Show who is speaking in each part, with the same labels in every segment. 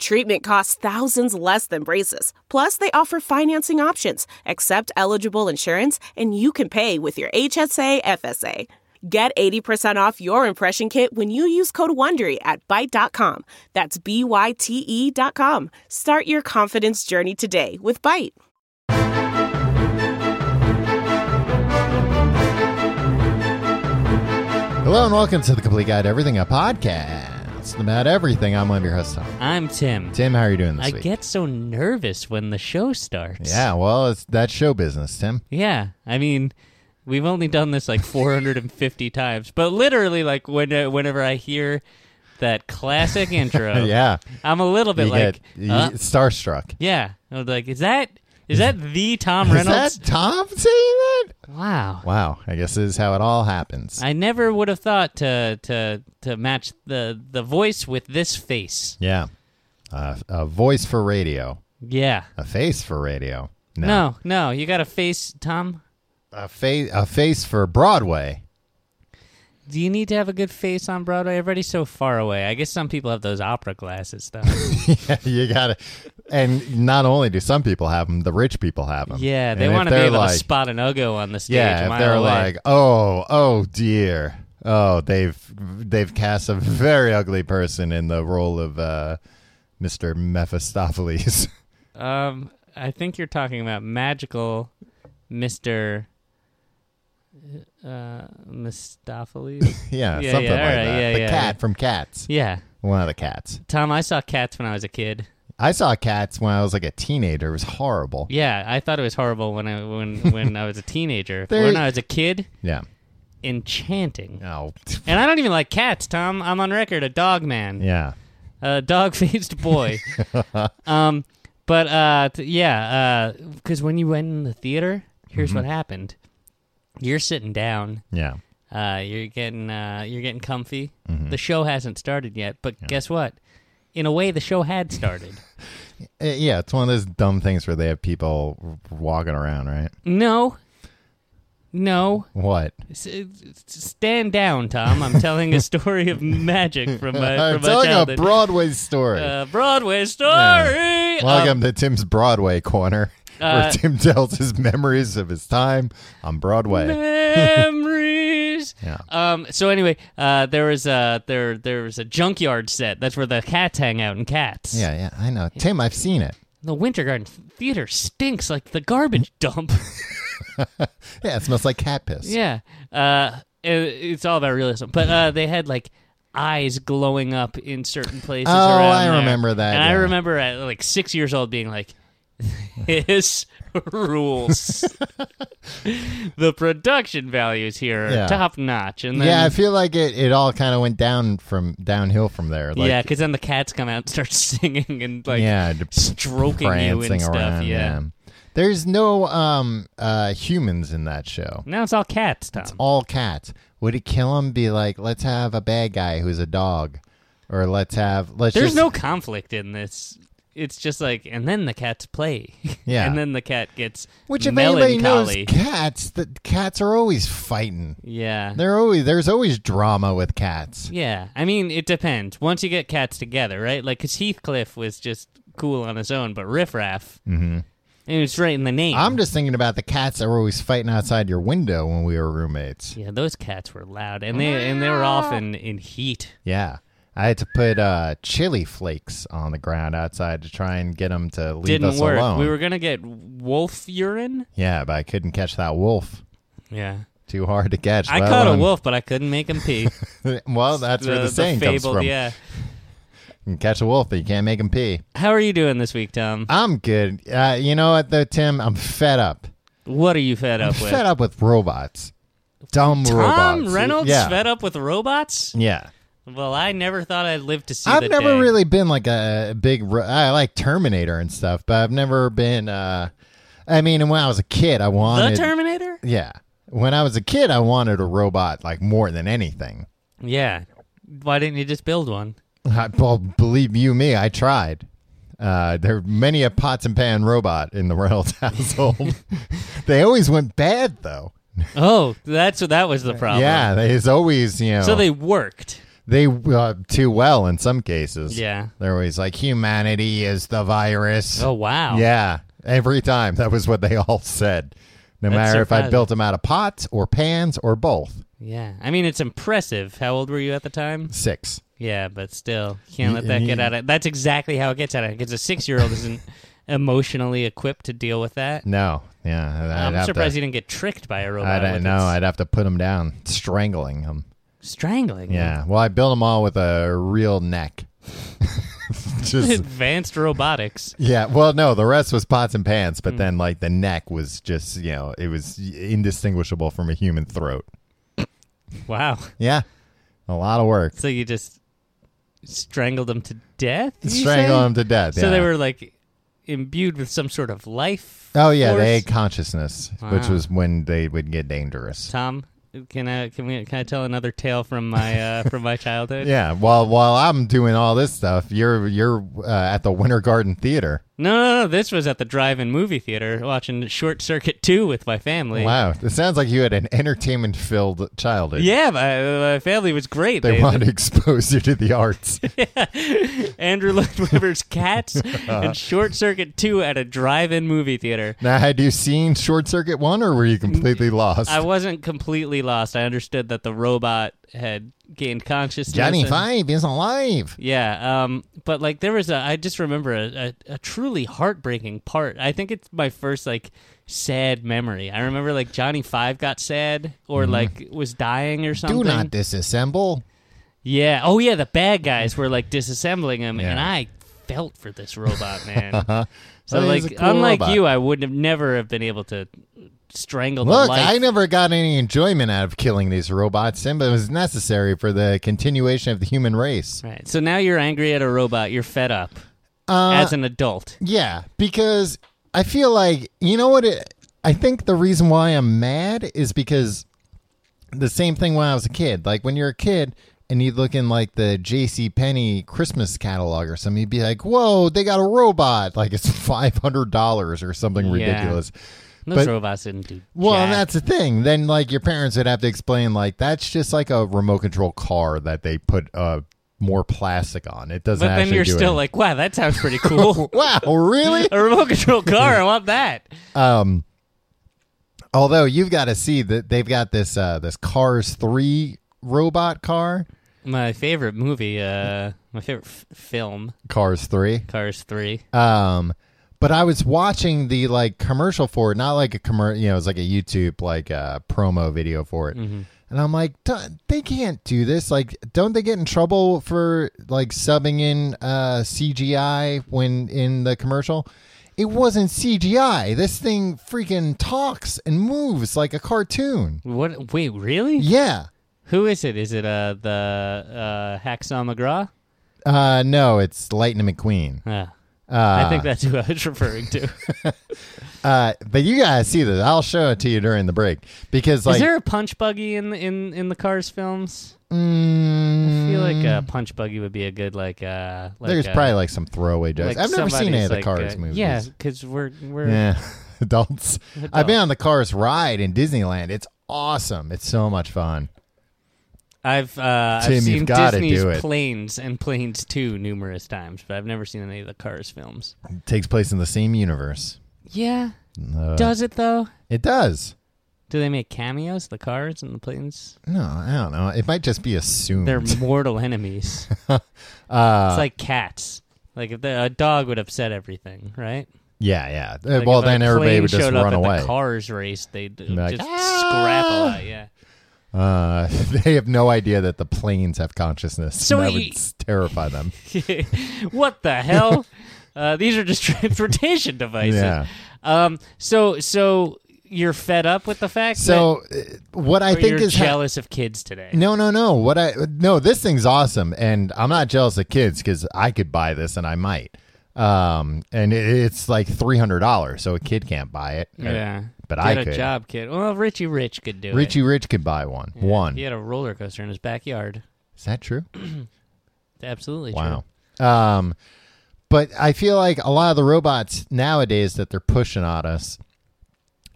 Speaker 1: Treatment costs thousands less than braces. Plus, they offer financing options, accept eligible insurance, and you can pay with your HSA FSA. Get 80% off your impression kit when you use code WONDERY at Byte.com. That's B-Y-T-E E dot com. Start your confidence journey today with Byte.
Speaker 2: Hello and welcome to the Complete Guide to Everything, a podcast about everything. I'm one of your hosts, Tom.
Speaker 3: I'm Tim.
Speaker 2: Tim, how are you doing this
Speaker 3: I
Speaker 2: week?
Speaker 3: get so nervous when the show starts.
Speaker 2: yeah, well, it's that show business, Tim.
Speaker 3: Yeah. I mean, we've only done this like 450 times, but literally, like when uh, whenever I hear that classic intro,
Speaker 2: yeah,
Speaker 3: I'm a little bit
Speaker 2: you
Speaker 3: like,
Speaker 2: get you
Speaker 3: uh,
Speaker 2: get starstruck.
Speaker 3: yeah. I'm like, is that is that the Tom
Speaker 2: Is
Speaker 3: Reynolds?
Speaker 2: that Tom saying that?
Speaker 3: Wow.
Speaker 2: Wow, I guess this is how it all happens.
Speaker 3: I never would have thought to to to match the the voice with this face.
Speaker 2: yeah, uh, a voice for radio,
Speaker 3: Yeah.
Speaker 2: a face for radio. No,
Speaker 3: No, no, you got a face, Tom.
Speaker 2: a face, a face for Broadway.
Speaker 3: Do you need to have a good face on Broadway? Everybody's so far away. I guess some people have those opera glasses, though.
Speaker 2: you gotta, and not only do some people have them, the rich people have them.
Speaker 3: yeah, they
Speaker 2: And if
Speaker 3: want to be
Speaker 2: they're
Speaker 3: able
Speaker 2: like,
Speaker 3: to spot an ogo on the stage. a
Speaker 2: Yeah, if
Speaker 3: mile
Speaker 2: they're
Speaker 3: away.
Speaker 2: like, oh, oh dear, oh, they've they've cast a very ugly person in the role of uh, Mister Mephistopheles.
Speaker 3: um, I think you're talking about magical, Mister. Uh, Mistopheles.
Speaker 2: yeah,
Speaker 3: Yeah,
Speaker 2: something
Speaker 3: yeah,
Speaker 2: like
Speaker 3: all right,
Speaker 2: that.
Speaker 3: yeah,
Speaker 2: the
Speaker 3: yeah,
Speaker 2: cat
Speaker 3: yeah.
Speaker 2: from Cats.
Speaker 3: yeah,
Speaker 2: One of the cats.
Speaker 3: Tom. I saw cats when I was a kid.
Speaker 2: I saw cats when I was like a teenager. It was horrible.
Speaker 3: Yeah, I thought it was horrible when I when when I was a teenager.
Speaker 2: There-
Speaker 3: When I was a kid,
Speaker 2: Yeah.
Speaker 3: enchanting.
Speaker 2: Oh.
Speaker 3: And I don't even like cats, Tom. I'm on record, a dog man.
Speaker 2: Yeah.
Speaker 3: a dog faced boy. um, but uh, t- yeah, because when you went in the theater, here's
Speaker 2: Mm-hmm.
Speaker 3: what happened: you're sitting down,
Speaker 2: Yeah.
Speaker 3: uh, you're getting uh, you're getting comfy.
Speaker 2: Mm-hmm.
Speaker 3: The show hasn't started yet, but guess what? In a way, the show had started.
Speaker 2: Uh, Yeah. It's one of those dumb things where they have people w- walking around, right?
Speaker 3: no, no,
Speaker 2: What?
Speaker 3: S- uh, s- stand down, Tom. I'm telling a story of magic from my
Speaker 2: I'm
Speaker 3: from my
Speaker 2: telling a
Speaker 3: childhood.
Speaker 2: Broadway story.
Speaker 3: uh, Broadway story. Um,
Speaker 2: Welcome to Tim's Broadway Corner, where
Speaker 3: uh,
Speaker 2: Tim tells his memories of his time on Broadway.
Speaker 3: memories.
Speaker 2: Yeah.
Speaker 3: Um. So anyway, uh, there was a there there was a junkyard set. That's where the cats hang out and cats.
Speaker 2: Yeah, yeah, I know. Tim, I've seen it.
Speaker 3: The Winter Garden Theater stinks like the garbage dump.
Speaker 2: Yeah, it smells like cat piss.
Speaker 3: yeah. Uh. it- it's all about realism, but uh, they had like eyes glowing up in certain places.
Speaker 2: Oh,
Speaker 3: around
Speaker 2: I
Speaker 3: there.
Speaker 2: remember that,
Speaker 3: And I
Speaker 2: yeah.
Speaker 3: remember at like six years old being like, "This rules." the production values here are
Speaker 2: Yeah.
Speaker 3: top notch, and then
Speaker 2: yeah, I feel like it, it all kind of went down from downhill from there. Like,
Speaker 3: yeah, because then the cats come out and start singing and like
Speaker 2: yeah, d-
Speaker 3: stroking you
Speaker 2: prancing
Speaker 3: and stuff.
Speaker 2: around.
Speaker 3: yeah.
Speaker 2: There's no um uh humans in that show.
Speaker 3: Now it's all cats, Tom.
Speaker 2: All cats. Would it kill him? Be like, let's have a bad guy who's a dog, or let's have let's.
Speaker 3: There's
Speaker 2: just-
Speaker 3: no conflict in this. It's just like, and then the cats play.
Speaker 2: Yeah.
Speaker 3: and then the cat gets
Speaker 2: Which if
Speaker 3: melancholy.
Speaker 2: anybody knows cats, the cats are always fighting.
Speaker 3: yeah.
Speaker 2: They're always there's always drama with cats.
Speaker 3: yeah. I mean, it depends. Once you get cats together, right? Like, because Heathcliff was just cool on his own, but Riff Raff, mm-hmm. and it's right in the name.
Speaker 2: I'm just thinking about the cats that were always fighting outside your window when we were roommates.
Speaker 3: yeah, those cats were loud, and they and they were
Speaker 2: Ah.
Speaker 3: often in heat.
Speaker 2: Yeah. I had to put uh, chili flakes on the ground outside to try and get them to leave
Speaker 3: Didn't
Speaker 2: us
Speaker 3: work.
Speaker 2: alone.
Speaker 3: We were gonna get wolf urine.
Speaker 2: Yeah, but I couldn't catch that wolf.
Speaker 3: Yeah.
Speaker 2: Too hard to catch.
Speaker 3: I
Speaker 2: let
Speaker 3: caught a
Speaker 2: alone-
Speaker 3: wolf, but I couldn't make him pee.
Speaker 2: well, that's where the, saying comes
Speaker 3: fabled-
Speaker 2: from.
Speaker 3: Yeah.
Speaker 2: You can catch a wolf, but you can't make him pee.
Speaker 3: How are you doing this week, Tom?
Speaker 2: I'm good. Uh, you know what, though, Tim? I'm fed up.
Speaker 3: What are you fed up with?
Speaker 2: Fed up with robots. Dumb
Speaker 3: Tom
Speaker 2: robots.
Speaker 3: Reynolds
Speaker 2: yeah.
Speaker 3: fed up with robots?
Speaker 2: Yeah.
Speaker 3: Well, I never thought I'd live to see the
Speaker 2: I've never
Speaker 3: day.
Speaker 2: really been like a big. Ro- I like Terminator and stuff, but I've never been. Uh, I mean, and when I was a kid, I wanted
Speaker 3: the Terminator?
Speaker 2: Yeah. When I was a kid, I wanted a robot like more than anything.
Speaker 3: Yeah. Why didn't you just build one?
Speaker 2: I, well, believe you me, I tried. Uh, there are many a pots and pan robot in the Reynolds household. they always went bad though.
Speaker 3: Oh, that's what that was the problem.
Speaker 2: Yeah, they it's always you know
Speaker 3: Uh-huh. So they worked.
Speaker 2: they uh, too well in some cases.
Speaker 3: Yeah.
Speaker 2: they're always like humanity is the virus.
Speaker 3: Oh wow.
Speaker 2: Yeah, every time that was what they all said. No
Speaker 3: That's
Speaker 2: matter if I
Speaker 3: surprising.
Speaker 2: built them out of pots or pans or both.
Speaker 3: Yeah. I mean, it's impressive. How old were you at the time?
Speaker 2: Six.
Speaker 3: Yeah, but still, can't
Speaker 2: Y-
Speaker 3: let that
Speaker 2: and
Speaker 3: get
Speaker 2: you-
Speaker 3: out of. That's exactly how it gets out of. Because a six-year-old isn't emotionally equipped to deal with that.
Speaker 2: No. Yeah. I'd
Speaker 3: I'm
Speaker 2: have
Speaker 3: surprised
Speaker 2: to,
Speaker 3: you didn't get tricked by a robot.
Speaker 2: I don't
Speaker 3: with
Speaker 2: know.
Speaker 3: its
Speaker 2: I'd have to put them down, strangling them.
Speaker 3: strangling.
Speaker 2: Yeah. Well, I built them all with a real neck. just
Speaker 3: Advanced robotics.
Speaker 2: yeah. Well, no, the rest was pots and pans,
Speaker 3: Mm.
Speaker 2: but then like the neck was just you know it was indistinguishable from a human throat.
Speaker 3: Wow.
Speaker 2: Yeah. A lot of work.
Speaker 3: So you just strangled them to death. you
Speaker 2: Strangle
Speaker 3: say?
Speaker 2: them to death.
Speaker 3: So they
Speaker 2: yeah.
Speaker 3: were like imbued with some sort of life.
Speaker 2: Oh yeah, they
Speaker 3: force?
Speaker 2: had consciousness, which
Speaker 3: Wow.
Speaker 2: was when they would get dangerous.
Speaker 3: Tom, can I can we can I tell another tale from my uh, from my childhood?
Speaker 2: Yeah, while while I'm doing all this stuff, you're you're uh, at the Winter Garden Theater.
Speaker 3: No, no, no. This was at the drive-in movie theater watching Short Circuit Two with my family.
Speaker 2: Wow, it sounds like you had an entertainment-filled childhood.
Speaker 3: Yeah, my, my family was great.
Speaker 2: they want to expose you to the arts.
Speaker 3: Andrew Lloyd Webber's Cats and Short Circuit Two at a drive-in movie theater.
Speaker 2: Now, had you seen Short Circuit One, or were you completely lost?
Speaker 3: I wasn't completely lost. I understood that the robot had gained consciousness.
Speaker 2: Johnny
Speaker 3: and-
Speaker 2: Five is alive.
Speaker 3: Yeah, um, but like there was a, I just remember a, a, a truly heartbreaking part. I think it's my first like sad memory. I remember like Johnny Five got sad or like was dying or something.
Speaker 2: Mm-hmm. Do not disassemble.
Speaker 3: Yeah. Oh yeah, the bad guys were like disassembling him, and
Speaker 2: Yeah.
Speaker 3: I felt for this robot man. so
Speaker 2: Oh, he's
Speaker 3: like,
Speaker 2: a cool
Speaker 3: unlike
Speaker 2: robot.
Speaker 3: you, I would have never have been able to strangle
Speaker 2: Look,
Speaker 3: the life.
Speaker 2: I never got any enjoyment out of killing these robots, and it was necessary for the continuation of the human race.
Speaker 3: Right. So now you're angry at a robot. You're fed up
Speaker 2: Uh,
Speaker 3: as an adult.
Speaker 2: Yeah, because I feel like you know what it, I think the reason why I'm mad is because the same thing when I was a kid. Like when you're a kid and you look in like the J.C. Penney Christmas catalog or something, you'd be like, "Whoa, they got a robot! Like it's five hundred dollars or something
Speaker 3: Yeah.
Speaker 2: ridiculous."
Speaker 3: Those
Speaker 2: but-
Speaker 3: robots didn't do.
Speaker 2: Well, and
Speaker 3: jack.
Speaker 2: that's the thing. Then, like, your parents would have to explain, like, that's just like a remote control car that they put uh, more plastic on. It doesn't.
Speaker 3: But then
Speaker 2: actually
Speaker 3: you're
Speaker 2: do
Speaker 3: still like, wow, that sounds pretty cool.
Speaker 2: like, "Wow, really?"
Speaker 3: a remote control car. I want that.
Speaker 2: Um, although you've got to see that they've got this uh, this Cars three robot car,
Speaker 3: My favorite movie. Uh, my favorite f- film.
Speaker 2: Cars three.
Speaker 3: Cars Three.
Speaker 2: Um, but I was watching the like commercial for it, not like a commercial. You know, it was like a YouTube like uh, promo video for it.
Speaker 3: Mm-hmm.
Speaker 2: And I'm like, "Duh, they can't do this. Like, don't they get in trouble for like subbing in uh, CGI when in the commercial? It wasn't CGI. This thing freaking talks and moves like a cartoon.
Speaker 3: What? Wait, really?
Speaker 2: Yeah.
Speaker 3: Who is it? Is it uh the uh Hacksaw McGraw?
Speaker 2: Uh, no, it's Lightning McQueen.
Speaker 3: Uh,
Speaker 2: Uh,
Speaker 3: I think that's who I was referring to.
Speaker 2: uh, but you gotta see this. I'll show it to you during the break because like
Speaker 3: is there a punch buggy in in in the Cars films? I feel like a punch buggy would be a good like uh. Like
Speaker 2: Mm. there's
Speaker 3: uh,
Speaker 2: probably like some throwaway jokes.
Speaker 3: like
Speaker 2: I've never seen any
Speaker 3: somebody's
Speaker 2: of the
Speaker 3: like,
Speaker 2: Cars
Speaker 3: uh,
Speaker 2: movies.
Speaker 3: Yeah, because we're we're
Speaker 2: Yeah. Adults. I've been
Speaker 3: Adults.
Speaker 2: on the Cars ride in Disneyland. It's awesome. It's so much fun.
Speaker 3: I've uh,
Speaker 2: Tim,
Speaker 3: I've
Speaker 2: you've
Speaker 3: seen
Speaker 2: gotta
Speaker 3: Disney's
Speaker 2: do it.
Speaker 3: Planes and Planes Two numerous times, but I've never seen any of the Cars films.
Speaker 2: It takes place in the same universe.
Speaker 3: Yeah,
Speaker 2: Uh,
Speaker 3: does it though?
Speaker 2: it does?
Speaker 3: Do they make cameos? The Cars and the Planes?
Speaker 2: No, I don't know. It might just be assumed.
Speaker 3: They're mortal enemies.
Speaker 2: uh,
Speaker 3: it's like cats. Like if the, a dog would upset everything, right?
Speaker 2: yeah, yeah. Uh,
Speaker 3: Like,
Speaker 2: well,
Speaker 3: if a
Speaker 2: then everybody
Speaker 3: plane
Speaker 2: would just
Speaker 3: showed up
Speaker 2: run
Speaker 3: at
Speaker 2: away.
Speaker 3: The cars race, they'd uh,
Speaker 2: like,
Speaker 3: just
Speaker 2: "Ah!"
Speaker 3: scrap a lot. Yeah.
Speaker 2: Uh, they have no idea that the planes have consciousness.
Speaker 3: So
Speaker 2: So that
Speaker 3: you-
Speaker 2: would s- terrify them.
Speaker 3: what the hell? uh, these are just transportation devices.
Speaker 2: Yeah.
Speaker 3: Um. So so you're fed up with the fact that
Speaker 2: So uh, what I
Speaker 3: or
Speaker 2: think
Speaker 3: you're
Speaker 2: is ha-
Speaker 3: jealous of kids today.
Speaker 2: no, no, no. What I no, this thing's awesome, and I'm not jealous of kids because I could buy this and I might. um, and it, it's like three hundred dollars, so a kid can't buy it.
Speaker 3: Yeah.
Speaker 2: but
Speaker 3: Get
Speaker 2: I
Speaker 3: a
Speaker 2: could.
Speaker 3: job, kid. Well, Richie Rich could do
Speaker 2: Richie
Speaker 3: it.
Speaker 2: Rich could buy one.
Speaker 3: Yeah,
Speaker 2: One
Speaker 3: He had a roller coaster in his backyard.
Speaker 2: is that true?
Speaker 3: It's absolutely
Speaker 2: Wow. Um, but I feel like a lot of the robots nowadays that they're pushing on us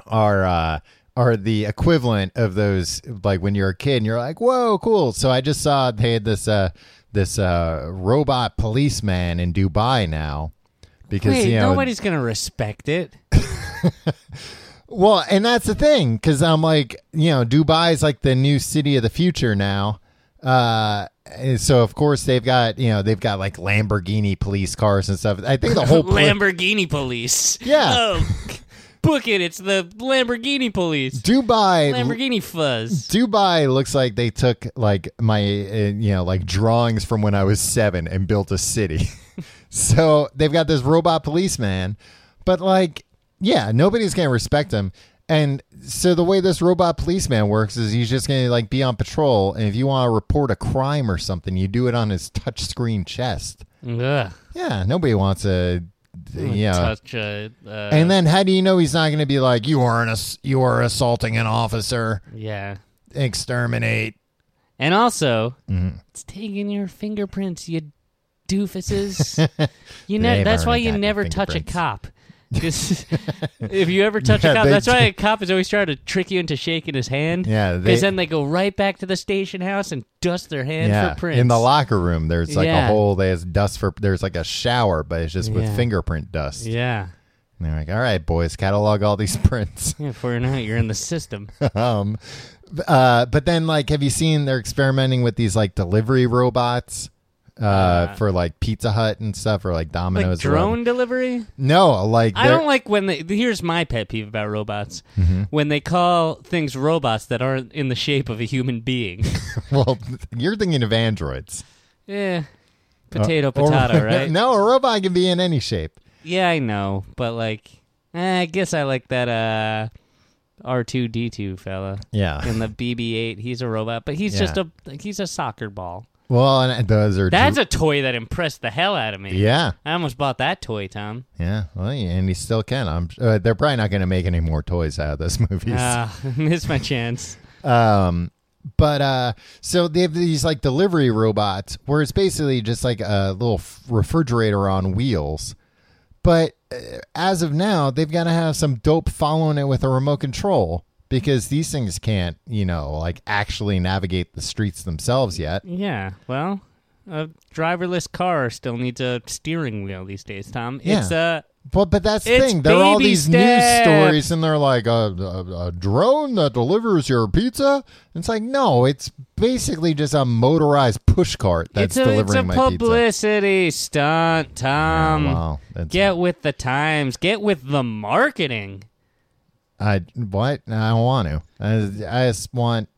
Speaker 2: are uh, are the equivalent of those like when you're a kid and you're like, "Whoa, cool!" So I just saw they had this uh, this uh, robot policeman in Dubai now
Speaker 3: true.
Speaker 2: because
Speaker 3: Wait,
Speaker 2: you know
Speaker 3: nobody's gonna respect it.
Speaker 2: Well, and that's the thing because I'm like, you know, Dubai's like the new city of the future now. Uh, and so of course they've got you know they've got like Lamborghini police cars and stuff. I think the whole pla-
Speaker 3: Lamborghini police.
Speaker 2: Yeah.
Speaker 3: Oh, book it. It's the Lamborghini police.
Speaker 2: Dubai
Speaker 3: Lamborghini fuzz.
Speaker 2: Dubai looks like they took like my uh, you know like drawings from when I was seven and built a city. so they've got this robot policeman, but like yeah, nobody's gonna respect him. And so the way this robot policeman works is he's just gonna like be on patrol, and if you want to report a crime or something, you do it on his touchscreen chest.
Speaker 3: Ugh.
Speaker 2: Yeah, nobody wants to. Yeah,
Speaker 3: Touch a. Uh,
Speaker 2: and then how do you know he's not going to be like you are an ass- you are assaulting an officer?
Speaker 3: yeah.
Speaker 2: Exterminate.
Speaker 3: And also,
Speaker 2: Mm-hmm.
Speaker 3: it's taking your fingerprints, you doofuses. you ne-
Speaker 2: They've
Speaker 3: that's why
Speaker 2: already
Speaker 3: you
Speaker 2: got your
Speaker 3: never touch a
Speaker 2: fingerprints.
Speaker 3: cop. 'Cause if you ever touch
Speaker 2: Yeah,
Speaker 3: a cop,
Speaker 2: they
Speaker 3: that's why
Speaker 2: do.
Speaker 3: a cop is always trying to trick you into shaking his hand.
Speaker 2: Yeah, they-
Speaker 3: because then they go right back to the station house and dust their hand for prints.
Speaker 2: In the locker room, there's like
Speaker 3: Yeah.
Speaker 2: a hole that has dust for. There's like a shower, but it's just
Speaker 3: Yeah.
Speaker 2: with fingerprint dust.
Speaker 3: Yeah.
Speaker 2: And they're like, all right, boys, catalog all these prints.
Speaker 3: Yeah, for now you're in the system.
Speaker 2: um, uh, but then, like, have you seen they're experimenting with these like delivery robots? Uh, for like Pizza Hut and stuff, or like
Speaker 3: like
Speaker 2: Domino's. or whatever.
Speaker 3: drone delivery?
Speaker 2: No, like
Speaker 3: I
Speaker 2: they're-
Speaker 3: don't like when they. Here's my pet peeve about robots:
Speaker 2: Mm-hmm.
Speaker 3: when they call things robots that aren't in the shape of a human being.
Speaker 2: Well, you're thinking of androids.
Speaker 3: yeah, Eh, potato,
Speaker 2: Uh, Or-
Speaker 3: potato, right?
Speaker 2: no, a robot can be in any shape.
Speaker 3: Yeah, I know, but like, eh, I guess I like that uh, R two D two fella
Speaker 2: Yeah.
Speaker 3: in the BB eight. He's a robot, but he's just
Speaker 2: Yeah.
Speaker 3: a like, he's a soccer ball.
Speaker 2: Well, and those are
Speaker 3: That's a toy that impressed the hell out of me.
Speaker 2: yeah.
Speaker 3: I almost bought that toy, Tom.
Speaker 2: Yeah, well, yeah, and he still can. I'm. Uh, they're probably not going to make any more toys out of those movies.
Speaker 3: Ah, missed my chance.
Speaker 2: Um, but uh, so they have these like delivery robots where it's basically just like a little f- refrigerator on wheels. But uh, as of now, they've got to have some dope following it with a remote control because these things can't, you know, like actually navigate the streets themselves yet.
Speaker 3: Yeah, well, a driverless car still needs a steering wheel these days, Tom.
Speaker 2: Yeah.
Speaker 3: It's a
Speaker 2: But but that's the
Speaker 3: It's
Speaker 2: thing. There are all
Speaker 3: baby
Speaker 2: these
Speaker 3: steps.
Speaker 2: news stories, and they're like a, a, a drone that delivers your pizza. It's like no, it's basically just a motorized push cart that's
Speaker 3: it's a, it's
Speaker 2: delivering
Speaker 3: a
Speaker 2: my
Speaker 3: publicity stunt,
Speaker 2: pizza.
Speaker 3: Tom.
Speaker 2: Oh, wow, that's,
Speaker 3: um, Get with the times. Get with the marketing.
Speaker 2: I what? No, I don't want to. I, I just want.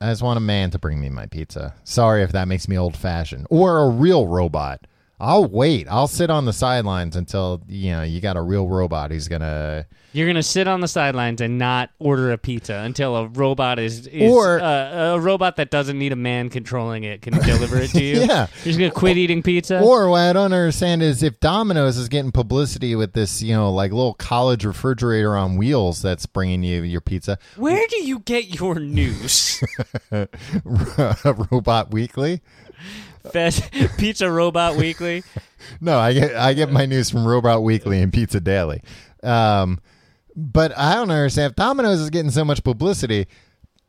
Speaker 2: I just want a man to bring me my pizza. Sorry if that makes me old fashioned, or a real robot. I'll wait. I'll sit on the sidelines until you know you got a real robot who's gonna
Speaker 3: You're gonna sit on the sidelines and not order a pizza until a robot is, is
Speaker 2: Or-
Speaker 3: uh, a robot that doesn't need a man controlling it can deliver it to you.
Speaker 2: Yeah.
Speaker 3: you're just gonna quit eating pizza.
Speaker 2: Or what I don't understand is if Domino's is getting publicity with this, you know, like little college refrigerator on wheels that's bringing you your pizza,
Speaker 3: Where do you get your news?
Speaker 2: Robot Weekly.
Speaker 3: Fast Pizza Robot Weekly.
Speaker 2: No, I get I get my news from Robot Weekly and Pizza Daily. Um, but I don't understand if Domino's is getting so much publicity.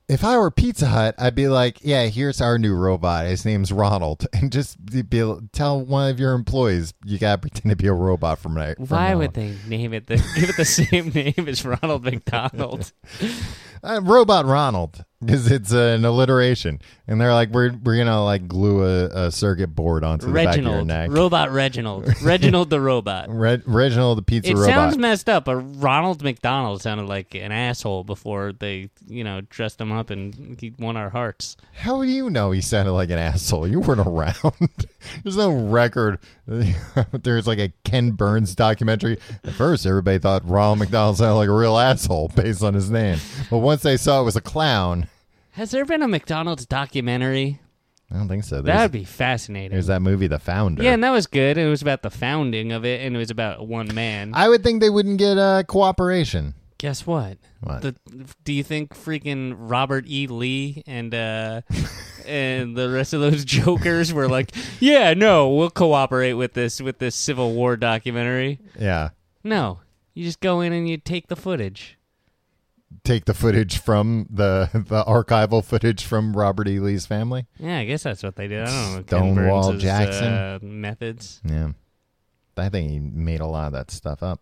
Speaker 2: If I were Pizza Hut, I'd be like, "Yeah, here's our new robot. His name's Ronald," and just be, be- tell one of your employees you gotta pretend to be a robot from right. from
Speaker 3: Why
Speaker 2: now
Speaker 3: would they name it the give it the same name as Ronald McDonald?
Speaker 2: uh, robot Ronald because it's uh, an alliteration, and they're like, we're we're gonna like glue a, a circuit board onto the back
Speaker 3: Reginald,
Speaker 2: of your neck.
Speaker 3: Robot Reginald, Reginald the Robot.
Speaker 2: Re- Reginald the pizza
Speaker 3: It
Speaker 2: robot.
Speaker 3: sounds messed up, but Ronald McDonald sounded like an asshole before they, you know, dressed him up and he won our hearts.
Speaker 2: How do you know he sounded like an asshole? You weren't around. There's no record. There's like a Ken Burns documentary. At first, everybody thought Ronald McDonald sounded like a real asshole based on his name, but once they saw it was a clown,
Speaker 3: Has there been a McDonald's documentary?
Speaker 2: I don't think so.
Speaker 3: That
Speaker 2: There's,
Speaker 3: would be fascinating.
Speaker 2: there's that movie, The Founder.
Speaker 3: Yeah, and that was good. And it was about the founding of it, and it was about one man.
Speaker 2: I would think they wouldn't get uh, cooperation.
Speaker 3: Guess what?
Speaker 2: What?
Speaker 3: The, do you think freaking Robert E. Lee and uh, and the rest of those jokers were like, yeah, no, we'll cooperate with this with this Civil War documentary?
Speaker 2: yeah.
Speaker 3: No, you just go in and you take the footage.
Speaker 2: Take the footage from the the archival footage from Robert E. Lee's family.
Speaker 3: Yeah, I guess that's what they did. I don't know. Ken
Speaker 2: Stonewall
Speaker 3: Burns's,
Speaker 2: Jackson.
Speaker 3: uh, methods.
Speaker 2: Yeah. I think he made a lot of that stuff up.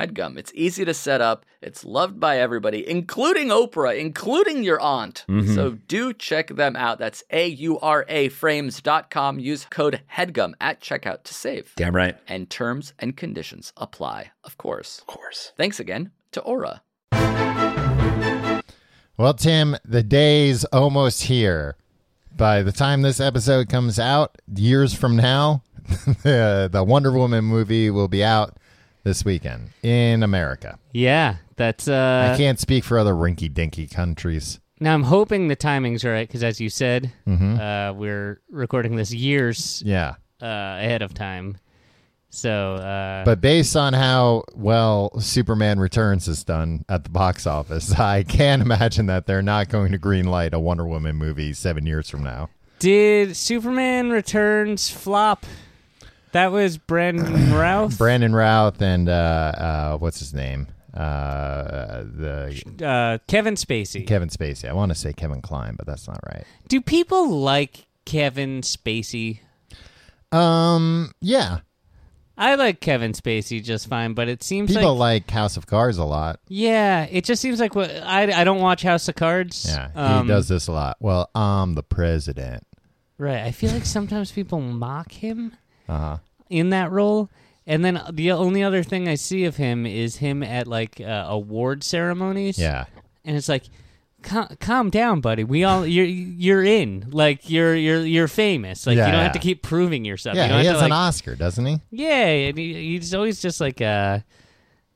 Speaker 4: HEADGUM. It's easy to set up, it's loved by everybody, including Oprah, including your aunt.
Speaker 5: Mm-hmm.
Speaker 4: So do check them out. That's A U R A frames.com. Use code HEADGUM at checkout to save.
Speaker 5: Damn right.
Speaker 4: And terms and conditions apply, of course.
Speaker 5: Of course.
Speaker 4: Thanks again to Aura.
Speaker 2: Well, Tim, the day's almost here. By the time this episode comes out, years from now, the, the Wonder Woman movie will be out this weekend in America.
Speaker 3: Yeah, that's. Uh,
Speaker 2: I can't speak for other rinky dinky countries.
Speaker 3: Now I'm hoping the timing's all right because, as you said,
Speaker 2: Mm-hmm.
Speaker 3: uh, we're recording this years
Speaker 2: Yeah.
Speaker 3: uh, ahead of time. So, uh,
Speaker 2: But based on how well Superman Returns is done at the box office, I can imagine that they're not going to greenlight a Wonder Woman movie seven years from now.
Speaker 3: did Superman Returns flop? That was Brandon Routh.
Speaker 2: Brandon Routh and uh, uh, what's his name? Uh, the
Speaker 3: uh, Kevin Spacey.
Speaker 2: Kevin Spacey. I want to say Kevin Klein, but that's not right.
Speaker 3: Do people like Kevin Spacey?
Speaker 2: Um, yeah,
Speaker 3: I like Kevin Spacey just fine, but it seems
Speaker 2: people
Speaker 3: like
Speaker 2: like, House of Cards a lot.
Speaker 3: yeah, it just seems like what I I don't watch House of Cards.
Speaker 2: Yeah,
Speaker 3: Um,
Speaker 2: he does this a lot. Well, I'm the president.
Speaker 3: Right. I feel like sometimes people mock him
Speaker 2: Uh-huh.
Speaker 3: in that role. And then the only other thing I see of him is him at like uh, award ceremonies.
Speaker 2: Yeah,
Speaker 3: And it's like, Cal- calm down, buddy. We all you're you're in. Like you're you're you're famous. Like
Speaker 2: Yeah,
Speaker 3: you don't
Speaker 2: yeah.
Speaker 3: have to keep proving yourself. you
Speaker 2: yeah,
Speaker 3: don't
Speaker 2: he
Speaker 3: have
Speaker 2: has
Speaker 3: to,
Speaker 2: an
Speaker 3: like,
Speaker 2: Oscar, doesn't he?
Speaker 3: yeah, and he, he's always just like uh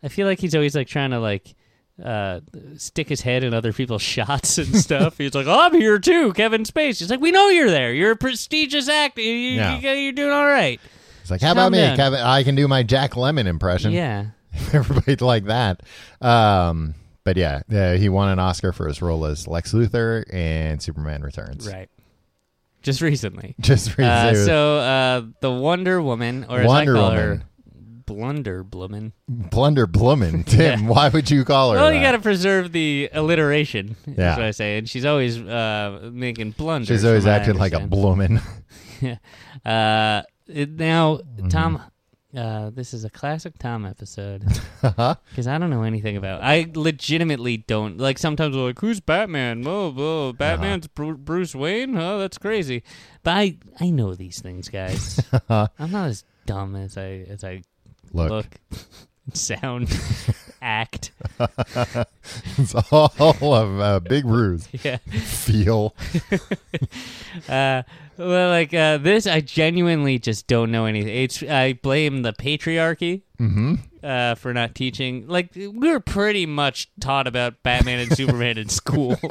Speaker 3: I feel like he's always like trying to like uh stick his head in other people's shots and stuff. he's like, "I'm here too, Kevin Spacey." He's like, "We know you're there. You're a prestigious actor. You,
Speaker 2: Yeah.
Speaker 3: you, you're doing all right."
Speaker 2: It's like, how
Speaker 3: Calm
Speaker 2: about me,
Speaker 3: down.
Speaker 2: Kevin? I can do my Jack Lemon impression.
Speaker 3: Yeah.
Speaker 2: everybody like that. Um, but yeah, uh, he won an Oscar for his role as Lex Luthor in Superman Returns.
Speaker 3: Right. Just recently.
Speaker 2: Just for
Speaker 3: Uh,
Speaker 2: his-
Speaker 3: so uh the Wonder Woman or as
Speaker 2: Wonder
Speaker 3: I call
Speaker 2: Woman.
Speaker 3: her Blunder Bloomin.
Speaker 2: Blunder Bloomin. Tim, why would you call her?
Speaker 3: Well, you
Speaker 2: that?
Speaker 3: got to preserve the alliteration.
Speaker 2: uh, Yeah.
Speaker 3: That's what I say. And she's always uh, making blunders.
Speaker 2: She's always
Speaker 3: from what I
Speaker 2: acted like a
Speaker 3: understand.
Speaker 2: bloomin.
Speaker 3: Uh, it, now, Tom, uh, this is a classic Tom episode because I don't know anything about. I legitimately don't like. Sometimes we're like, "Who's Batman?" Whoa, whoa, Batman's Bru- Bruce Wayne. Oh, that's crazy. But I, I know these things, guys. I'm not as dumb as I as I
Speaker 2: Look,
Speaker 3: look, and sound. act.
Speaker 2: It's all of uh, big ruse.
Speaker 3: Yeah.
Speaker 2: Feel.
Speaker 3: Uh, well, like uh, this, I genuinely just don't know anything. It's I blame the patriarchy
Speaker 2: Mm-hmm.
Speaker 3: uh, for not teaching. Like we were pretty much taught about Batman and Superman in school.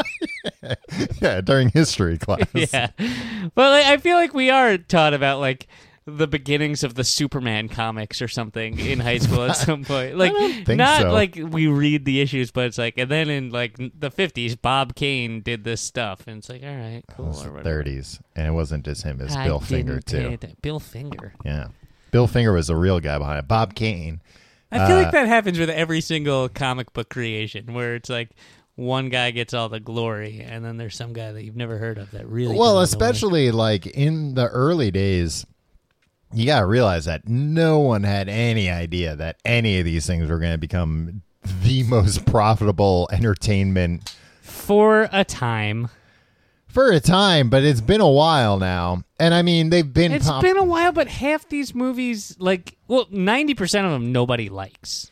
Speaker 2: Yeah, during history class.
Speaker 3: yeah, but like, I feel like we are taught about like the beginnings of the Superman comics or something in high school at some point. Like
Speaker 2: think
Speaker 3: not
Speaker 2: so.
Speaker 3: like we read the issues, but it's like and then in like the fifties, Bob Kane did this stuff, and it's like all right, cool. or whatever.
Speaker 2: 30s. And it wasn't just him, it's
Speaker 3: I
Speaker 2: Bill Finger,
Speaker 3: didn't pay
Speaker 2: too.
Speaker 3: atten- Bill Finger.
Speaker 2: Yeah. Bill Finger was the real guy behind it. Bob Kane.
Speaker 3: I feel
Speaker 2: Uh,
Speaker 3: like that happens with every single comic book creation, where it's like one guy gets all the glory, and then there's some guy that you've never heard of that really.
Speaker 2: Well,
Speaker 3: does all the work.
Speaker 2: especially like in the early days, you got to realize that no one had any idea that any of these things were going to become the most profitable entertainment
Speaker 3: for a time.
Speaker 2: for a time, but it's been a while now. And I mean, they've been
Speaker 3: It's
Speaker 2: pop-
Speaker 3: been a while, but half these movies, like, well, ninety percent of them nobody likes.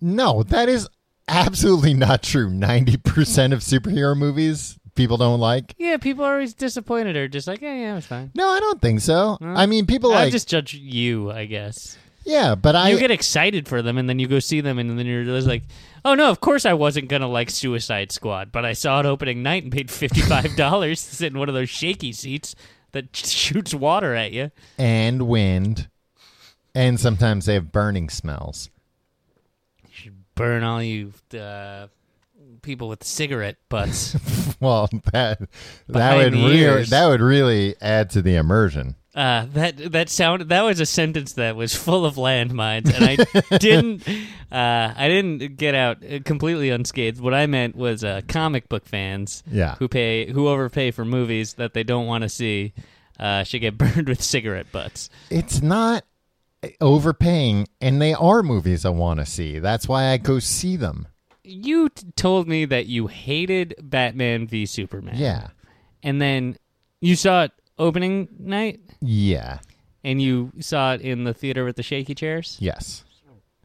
Speaker 2: No, that is absolutely not true. 90% of superhero movies people don't like.
Speaker 3: Yeah, people are always disappointed or just like, yeah, yeah, it's fine.
Speaker 2: No, I don't think so. I mean, people
Speaker 3: I
Speaker 2: like
Speaker 3: just judge you, I guess.
Speaker 2: yeah, but I
Speaker 3: You get excited for them, and then you go see them, and then you're just like, "Oh no, of course I wasn't gonna like Suicide Squad, but I saw it opening night and paid fifty five dollars to sit in one of those shaky seats that shoots water at you."
Speaker 2: and wind, and sometimes they have burning smells.
Speaker 3: Burn all you uh, people with cigarette butts.
Speaker 2: Well, that that
Speaker 3: Behind
Speaker 2: would
Speaker 3: the
Speaker 2: really
Speaker 3: ears.
Speaker 2: that would really add to the immersion.
Speaker 3: Uh, that that sound that was a sentence that was full of landmines, and I didn't uh, I didn't get out uh, completely unscathed. What I meant was uh, comic book fans,
Speaker 2: Yeah.
Speaker 3: who pay who overpay for movies that they don't want to see, uh, should get burned with cigarette butts.
Speaker 2: It's not overpaying, and they are movies I want to see. That's why I go see them.
Speaker 3: You t- told me that you hated Batman v Superman,
Speaker 2: Yeah,
Speaker 3: and then you saw it opening night,
Speaker 2: yeah,
Speaker 3: and you saw it in the theater with the shaky chairs.
Speaker 2: yes.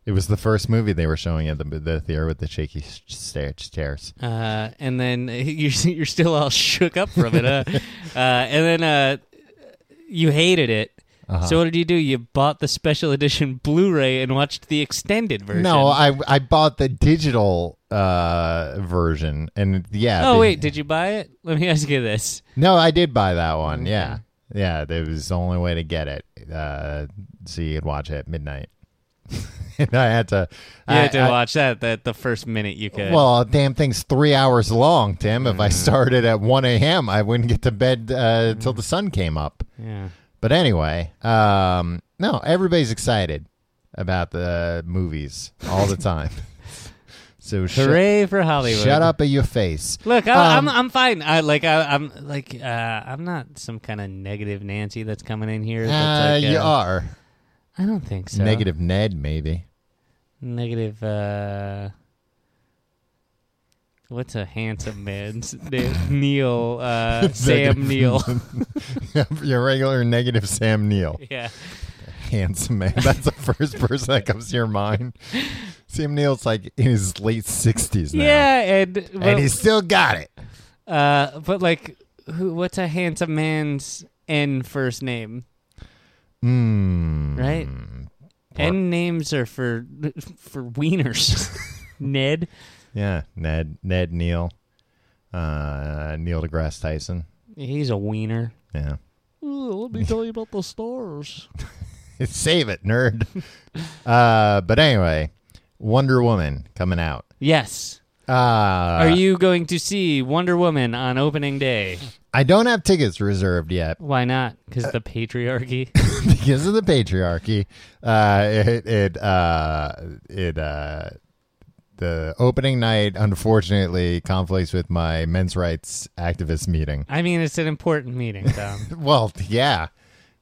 Speaker 2: It was the first movie they were showing at the the theater with the shaky s- stair- stairs.
Speaker 3: uh, and then you're you're still all shook up from it, huh? uh, and then uh, you hated it.
Speaker 2: Uh-huh.
Speaker 3: So what did you do? You bought the special edition Blu-ray and watched the extended version.
Speaker 2: No, I I bought the digital uh version, and yeah.
Speaker 3: oh
Speaker 2: the-
Speaker 3: wait, did you buy it? Let me ask you this.
Speaker 2: No, I did buy that one. Yeah. Yeah. That was the only way to get it. Uh, so you could watch it at midnight. and I had to. I,
Speaker 3: You had to
Speaker 2: I-
Speaker 3: watch that that the first minute you could.
Speaker 2: Well, damn thing's three hours long, Tim. If
Speaker 3: Mm-hmm.
Speaker 2: I started at 1 a.m., I wouldn't get to bed uh, till the sun came up.
Speaker 3: yeah.
Speaker 2: But anyway, um, no, everybody's excited about the movies all the time. so shut,
Speaker 3: Hooray for Hollywood!
Speaker 2: shut up at your face.
Speaker 3: Look, I,
Speaker 2: Um,
Speaker 3: I'm I'm fine. I like I, I'm like uh, I'm not some kind of negative Nancy that's coming in here.
Speaker 2: Uh,
Speaker 3: that's like,
Speaker 2: you
Speaker 3: uh,
Speaker 2: are.
Speaker 3: I don't think so.
Speaker 2: Negative Ned, maybe.
Speaker 3: Negative. Uh, what's a handsome man's name? Neil. Uh, Sam Neil.
Speaker 2: your regular negative Sam Neill.
Speaker 3: yeah.
Speaker 2: handsome man. That's the first person that comes to your mind. Sam Neill's like in his late sixties now,
Speaker 3: Yeah, and
Speaker 2: and
Speaker 3: well,
Speaker 2: he's still got it.
Speaker 3: uh, but like, who? What's a handsome man's N first name?
Speaker 2: Mm.
Speaker 3: Right. N names are for for wieners. Ned.
Speaker 2: Yeah, Ned Ned Neil, uh, Neil deGrasse Tyson.
Speaker 3: He's a wiener.
Speaker 2: Yeah,
Speaker 3: let me tell you about the stars.
Speaker 2: save it, nerd. uh, but anyway, Wonder Woman coming out.
Speaker 3: Yes.
Speaker 2: Uh,
Speaker 3: Are you going to see Wonder Woman on opening day?
Speaker 2: I don't have tickets reserved yet
Speaker 3: Why not? Because the patriarchy.
Speaker 2: because of the patriarchy. Uh, it it uh, it uh, the opening night unfortunately conflicts with my men's rights activist meeting.
Speaker 3: I mean, it's an important meeting, Tom.
Speaker 2: Well, yeah,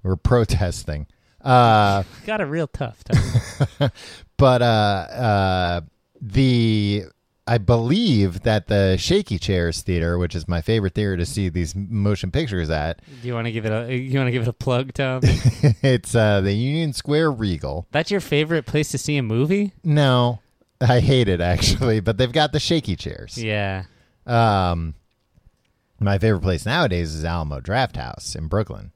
Speaker 2: we're protesting. Uh,
Speaker 3: Got a real tough time.
Speaker 2: but uh, uh, the I believe that the Shaky Chairs Theater, which is my favorite theater to see these motion pictures at,
Speaker 3: Do you want to give it a You want to give it a plug, Tom?
Speaker 2: it's uh, the Union Square Regal.
Speaker 3: That's your favorite place to see a movie?
Speaker 2: No, I hate it actually, but they've got the shaky chairs.
Speaker 3: Yeah.
Speaker 2: Um, my favorite place nowadays is Alamo Draft House in Brooklyn.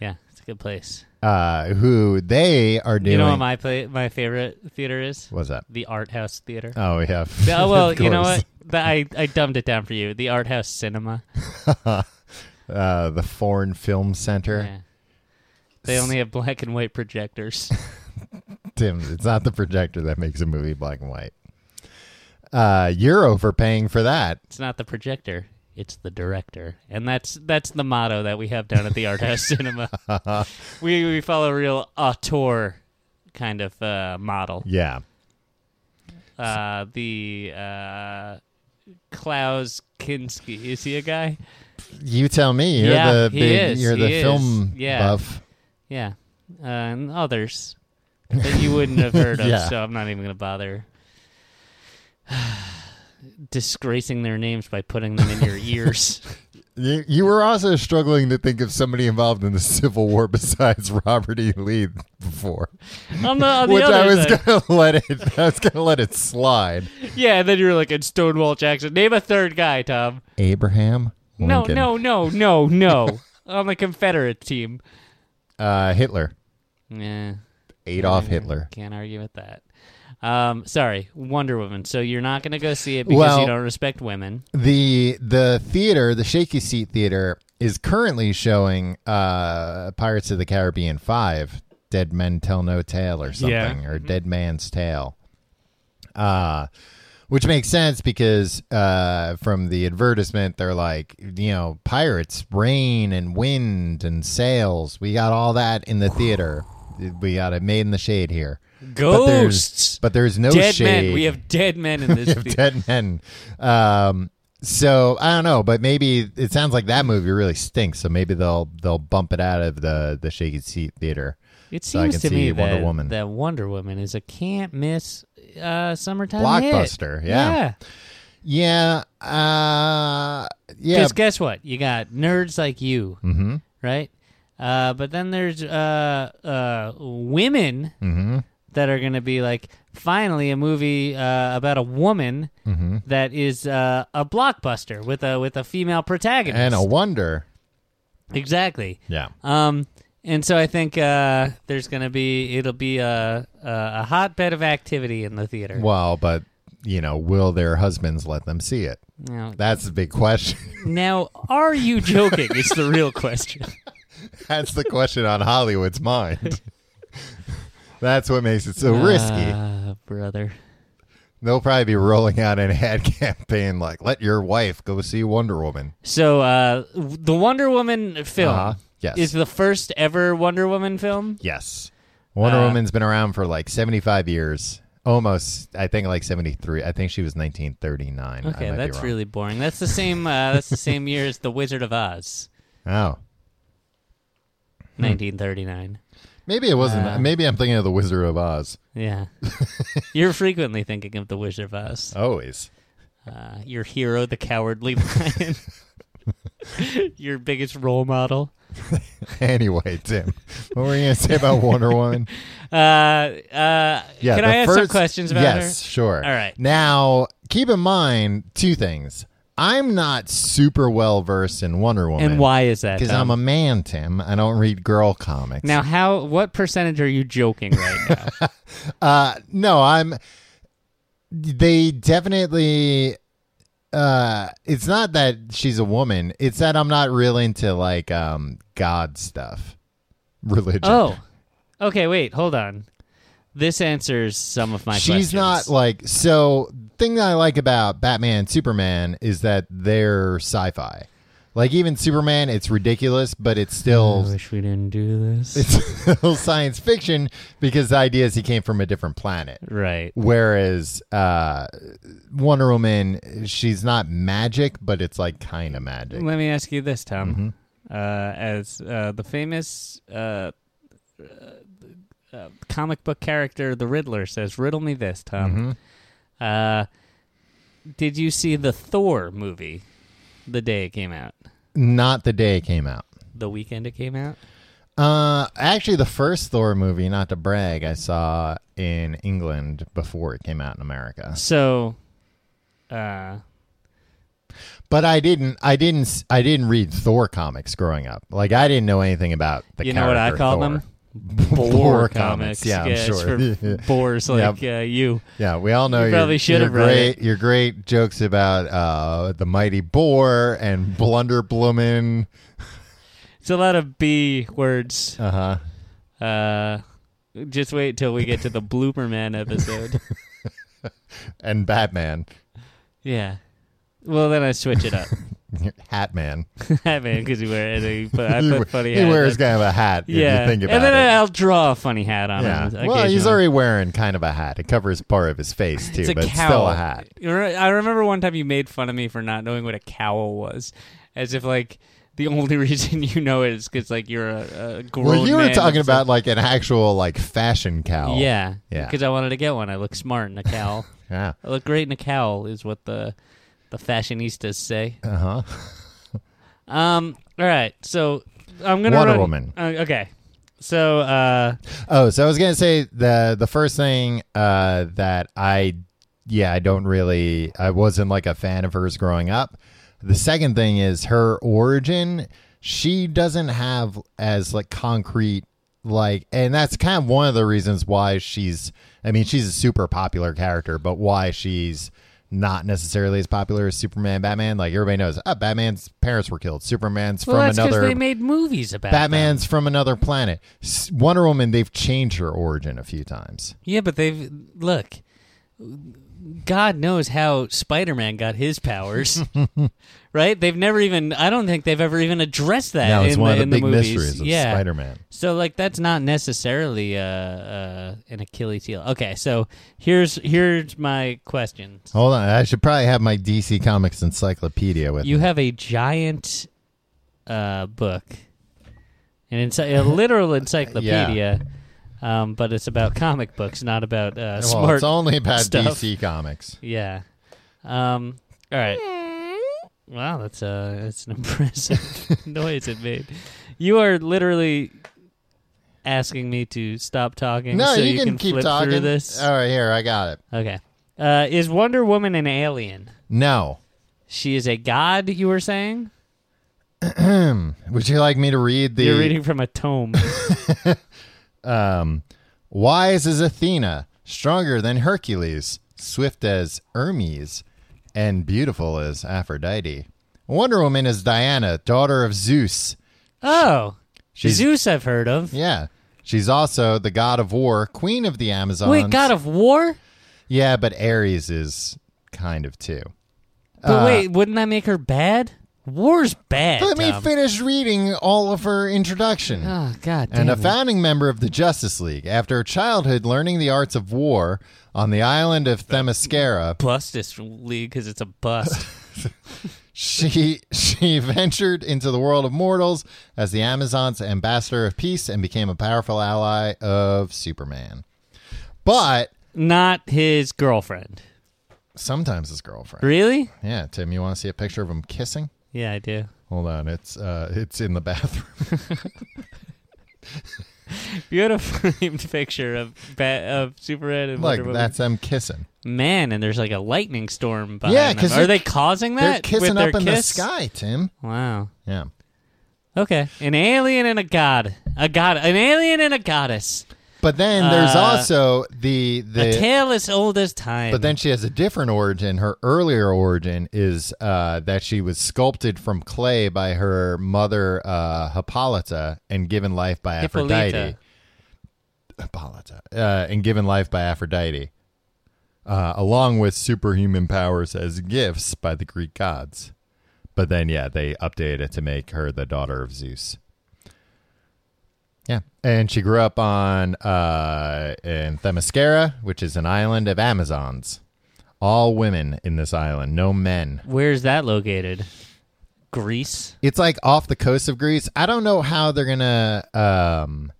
Speaker 3: Yeah. It's a good place.
Speaker 2: Uh, who they are doing?
Speaker 3: You know what my play, my favorite theater is?
Speaker 2: What's that?
Speaker 3: The Art House Theater.
Speaker 2: Oh yeah.
Speaker 3: The- oh, well,
Speaker 2: Of
Speaker 3: you know
Speaker 2: course.
Speaker 3: what? The, I, I dumbed it down for you. The Art House Cinema.
Speaker 2: Uh, the Foreign Film Center.
Speaker 3: Yeah. They only have black and white projectors.
Speaker 2: Tim, it's not the projector that makes a movie black and white. Uh, you're overpaying for that.
Speaker 3: It's not the projector. It's the director, and that's that's the motto that we have down at the Art House Cinema. We we follow a real auteur kind of uh, model.
Speaker 2: Yeah.
Speaker 3: Uh, the uh, Klaus Kinski is he a guy?
Speaker 2: You tell me. You're
Speaker 3: Yeah,
Speaker 2: the
Speaker 3: he
Speaker 2: big,
Speaker 3: is,
Speaker 2: you're the
Speaker 3: he is.
Speaker 2: film
Speaker 3: Yeah.
Speaker 2: buff.
Speaker 3: Yeah, uh, and others that you wouldn't have heard of.
Speaker 2: Yeah.
Speaker 3: So I'm not even going to bother disgracing their names by putting them in your ears.
Speaker 2: You, you were also struggling to think of somebody involved in the Civil War besides Robert E. Lee before,
Speaker 3: I'm not on the
Speaker 2: which I
Speaker 3: other
Speaker 2: was
Speaker 3: side.
Speaker 2: gonna let it. I was gonna let it slide.
Speaker 3: Yeah, and then you're like, in Stonewall Jackson. Name a third guy, Tom.
Speaker 2: Abraham Lincoln.
Speaker 3: No, no, no, no, no. On the Confederate team.
Speaker 2: no. Uh, Hitler.
Speaker 3: Yeah.
Speaker 2: Adolf Hitler.
Speaker 3: Can't argue with that. Um, sorry, Wonder Woman. So you're not going to go see it because
Speaker 2: Well-
Speaker 3: you don't respect women.
Speaker 2: the the theater, the Shaky Seat Theater, is currently showing uh, Pirates of the Caribbean Five: Dead Men Tell No Tale or something,
Speaker 3: Yeah. Mm-hmm.
Speaker 2: or Dead Man's Tale. Uh, which makes sense because uh, from the advertisement, they're like, you know, pirates, rain and wind and sails. We got all that in the theater. We got it made in the shade here. But there's,
Speaker 3: Ghosts.
Speaker 2: but there's no
Speaker 3: dead
Speaker 2: shade
Speaker 3: men. We have dead men in this.
Speaker 2: of
Speaker 3: theater.
Speaker 2: dead men. Um, so I don't know, but maybe it sounds like that movie really stinks. So maybe they'll they'll bump it out of the the shaky seat theater.
Speaker 3: It
Speaker 2: So I can
Speaker 3: seems to
Speaker 2: see
Speaker 3: me
Speaker 2: Wonder
Speaker 3: that,
Speaker 2: Woman.
Speaker 3: that Wonder Woman is a can't miss uh, summertime hit.
Speaker 2: Blockbuster, yeah. Yeah, uh, yeah, Mm-hmm.
Speaker 3: Because guess what? You got nerds like you, right? Uh, but then there's uh, uh, women
Speaker 2: Mm-hmm.
Speaker 3: that are going to be like, finally, a movie uh, about a woman
Speaker 2: Mm-hmm.
Speaker 3: that is uh, a blockbuster with a with a female protagonist.
Speaker 2: and a wonder.
Speaker 3: exactly.
Speaker 2: Yeah,
Speaker 3: Um, and so I think uh, there's going to be it'll be a, a a hotbed of activity in the theater.
Speaker 2: well, but you know, will their husbands let them see it?
Speaker 3: Now,
Speaker 2: That's the big question.
Speaker 3: now, are you joking? it's the real question.
Speaker 2: That's the question on Hollywood's mind. That's what makes it so risky.
Speaker 3: Uh, brother.
Speaker 2: They'll probably be rolling out an ad campaign like, "Let your wife go see Wonder Woman."
Speaker 3: So uh, w- the Wonder Woman film
Speaker 2: Uh-huh. Yes.
Speaker 3: is the first ever Wonder Woman film.
Speaker 2: Yes. Wonder
Speaker 3: Uh,
Speaker 2: Woman's been around for like 75 years. Almost, I think like 73. I think she was 1939. I
Speaker 3: Okay,
Speaker 2: might be
Speaker 3: that's
Speaker 2: wrong.
Speaker 3: really boring. That's the same. Uh, that's the same year as The Wizard of Oz,
Speaker 2: Oh. Hmm.
Speaker 3: 1939.
Speaker 2: Maybe it wasn't.
Speaker 3: Uh,
Speaker 2: maybe I'm thinking of The Wizard of Oz.
Speaker 3: Yeah, you're frequently thinking of The Wizard of Oz.
Speaker 2: Always. Oh.
Speaker 3: Uh, your hero, the Cowardly Lion. your biggest role model.
Speaker 2: Anyway, Tim, what were you going to say about Wonder Woman?
Speaker 3: Uh, uh,
Speaker 2: Yeah,
Speaker 3: can
Speaker 2: the
Speaker 3: I ask some
Speaker 2: first-
Speaker 3: questions about her?
Speaker 2: yes, sure.
Speaker 3: All right.
Speaker 2: Now, keep in mind two things. I'm not super well versed in Wonder Woman.
Speaker 3: And why is that?
Speaker 2: Because
Speaker 3: Tom?
Speaker 2: Oh, I'm a man, Tim. I don't read girl comics.
Speaker 3: now, how? What percentage are you joking right now?
Speaker 2: Uh, no, I'm. They definitely. Uh, it's not that she's a woman. It's that I'm not real into like um God stuff, religion.
Speaker 3: Oh, okay. Wait, hold on. This answers some of my questions.
Speaker 2: she's not like so. Thing that I like about Batman, and Superman is that they're sci-fi. Like even Superman, it's ridiculous, but it's still
Speaker 3: I wish we didn't do this.
Speaker 2: it's still science fiction because the idea is he came from a different planet.
Speaker 3: right.
Speaker 2: Whereas uh, Wonder Woman, she's not magic, but it's like kind of magic.
Speaker 3: Let me ask you this, Tom. Uh, as uh, the famous uh, uh, uh, comic book character, the Riddler, says, "Riddle me this, Tom." Uh, did you see the Thor movie the day it came out?
Speaker 2: Not the day it came out.
Speaker 3: The weekend it came out?
Speaker 2: Uh, actually, the first Thor movie, not to brag, I saw in England before it came out in America.
Speaker 3: So, uh,
Speaker 2: But I didn't, I didn't, s- I didn't read Thor comics growing up. Like I didn't know anything about the.
Speaker 3: you know what I
Speaker 2: character
Speaker 3: call
Speaker 2: Thor.
Speaker 3: them?
Speaker 2: Boar
Speaker 3: Boar
Speaker 2: comics. Yeah, I'm
Speaker 3: it's
Speaker 2: sure.
Speaker 3: for boars like uh, you.
Speaker 2: Yeah, we all know
Speaker 3: You
Speaker 2: your-
Speaker 3: probably should
Speaker 2: your
Speaker 3: have read
Speaker 2: great your great jokes about uh, the mighty boar and blunderblumen.
Speaker 3: It's a lot of B words.
Speaker 2: Uh huh.
Speaker 3: Uh, just wait till we get to the blooper man episode.
Speaker 2: And Batman,
Speaker 3: yeah. Well, then I switch it up.
Speaker 2: Hat Man.
Speaker 3: I mean, because you wear it, you put, I
Speaker 2: he
Speaker 3: put funny.
Speaker 2: he
Speaker 3: hat
Speaker 2: wears
Speaker 3: on.
Speaker 2: kind of a hat. If
Speaker 3: Yeah,
Speaker 2: you think about
Speaker 3: and then
Speaker 2: it.
Speaker 3: I'll draw a funny hat on
Speaker 2: yeah.
Speaker 3: him.
Speaker 2: Well, he's
Speaker 3: occasionally.
Speaker 2: already wearing kind of a hat. It covers part of his face too,
Speaker 3: It's a
Speaker 2: but it's
Speaker 3: cowl.
Speaker 2: still a hat.
Speaker 3: You re- I remember one time you made fun of me for not knowing what a cowl was, as if like the only reason you know it is because like you're a, a grown.
Speaker 2: Well, you were
Speaker 3: man
Speaker 2: talking
Speaker 3: that's,
Speaker 2: about like an actual like fashion
Speaker 3: like-
Speaker 2: cowl.
Speaker 3: yeah,
Speaker 2: Yeah.
Speaker 3: Because I wanted to get one. I look smart in a cowl.
Speaker 2: Yeah.
Speaker 3: I look great in a cowl is what the the fashionistas say.
Speaker 2: Uh huh.
Speaker 3: Um. All right. So I'm gonna
Speaker 2: Wonder
Speaker 3: run-
Speaker 2: Woman.
Speaker 3: Uh, okay. So uh,
Speaker 2: Oh, so I was gonna say the the first thing uh, that I yeah I don't really I wasn't like a fan of hers growing up. The second thing is her origin. She doesn't have as like concrete like, and that's kind of one of the reasons why she's. I mean, she's a super popular character, but why she's not necessarily as popular as Superman, Batman. Like everybody knows, oh, Batman's parents were killed. Superman's
Speaker 3: well,
Speaker 2: from
Speaker 3: that's because
Speaker 2: another
Speaker 3: they made movies about them.
Speaker 2: Batman's from another planet. S- Wonder Woman, they've changed her origin a few times.
Speaker 3: Yeah, but they've look. God knows how Spider-Man got his powers, right? They've never even. I don't think they've ever even addressed that.
Speaker 2: Now
Speaker 3: in
Speaker 2: it's one of
Speaker 3: the,
Speaker 2: the big
Speaker 3: in movies.
Speaker 2: mysteries of
Speaker 3: yeah.
Speaker 2: Spider-Man.
Speaker 3: So like that's not necessarily uh, uh, an Achilles heel. Okay, so here's here's my question.
Speaker 2: Hold on, I should probably have my DC Comics encyclopedia with
Speaker 3: You
Speaker 2: me.
Speaker 3: have a giant uh, book, an ency- a literal encyclopedia, um, but it's about comic books, not about uh,
Speaker 2: Well,
Speaker 3: smart
Speaker 2: it's only about
Speaker 3: stuff.
Speaker 2: DC Comics.
Speaker 3: Yeah. Um. All right. Wow, that's uh that's an impressive noise it made. You are literally asking me to stop talking.
Speaker 2: No,
Speaker 3: so
Speaker 2: you, can, keep
Speaker 3: flip through
Speaker 2: talking. Uh,
Speaker 3: this.
Speaker 2: All right, here I got it.
Speaker 3: okay. Uh, is Wonder Woman an alien?
Speaker 2: No,
Speaker 3: She is a god. You were saying
Speaker 2: would you like me to read the?
Speaker 3: you're reading from a tome.
Speaker 2: Wise as Athena, stronger than Hercules, swift as Hermes, and beautiful as Aphrodite. Wonder Woman is Diana, daughter of Zeus.
Speaker 3: oh,
Speaker 2: She's-
Speaker 3: Zeus, I've heard of.
Speaker 2: Yeah. She's also the god of war, queen of the Amazons.
Speaker 3: Wait, God of War.
Speaker 2: Yeah, but Ares is kind of too.
Speaker 3: But wait, wouldn't that make her bad? War's bad.
Speaker 2: Uh, Let me
Speaker 3: Tom.
Speaker 2: finish reading all of her introduction.
Speaker 3: um, Oh God, damn
Speaker 2: and a
Speaker 3: it.
Speaker 2: founding member of the Justice League, after childhood learning the arts of war on the island of Themyscira,
Speaker 3: bust this league because it's a bust.
Speaker 2: she she ventured into the world of mortals as the Amazon's ambassador of peace and became a powerful ally of Superman. But
Speaker 3: Not his girlfriend.
Speaker 2: sometimes his girlfriend.
Speaker 3: Really?
Speaker 2: Yeah, Tim, you want to see a picture of him kissing?
Speaker 3: Yeah, I do.
Speaker 2: Hold on, it's uh, it's in the bathroom.
Speaker 3: Beautiful framed picture of ba- of Superman and
Speaker 2: Look,
Speaker 3: Wonder Woman.
Speaker 2: that's them kissing.
Speaker 3: Man, and there's like a lightning storm behind
Speaker 2: Yeah, 'cause
Speaker 3: them. Are
Speaker 2: they're-
Speaker 3: they causing
Speaker 2: They're
Speaker 3: that with
Speaker 2: kissing
Speaker 3: their
Speaker 2: up in
Speaker 3: kiss?
Speaker 2: the sky, Tim.
Speaker 3: Wow.
Speaker 2: Yeah.
Speaker 3: Okay, an alien and a god, a god, an alien and a goddess.
Speaker 2: But then there's
Speaker 3: Uh,
Speaker 2: also the
Speaker 3: a
Speaker 2: the.
Speaker 3: tale as old as time.
Speaker 2: But then she has a different origin. Her earlier origin is uh, that she was sculpted from clay by her mother uh, Hippolyta and given life by Aphrodite.
Speaker 3: Hippolyta.
Speaker 2: Hippolyta uh, and given life by Aphrodite, uh, along with superhuman powers as gifts by the Greek gods. But then, yeah, they updated it to make her the daughter of Zeus. Yeah, and she grew up on uh, in Themyscira, which is an island of Amazons. All women in this island, no men.
Speaker 3: where's that located? Greece.
Speaker 2: It's like off the coast of Greece. I don't know how they're gonna um,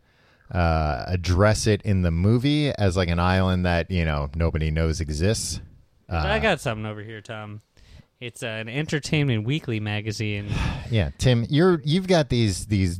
Speaker 2: uh, address it in the movie as like an island that you know nobody knows exists. Uh,
Speaker 3: I got something over here, Tom. It's uh, an Entertainment Weekly magazine.
Speaker 2: Yeah, Tim, you're you've got these these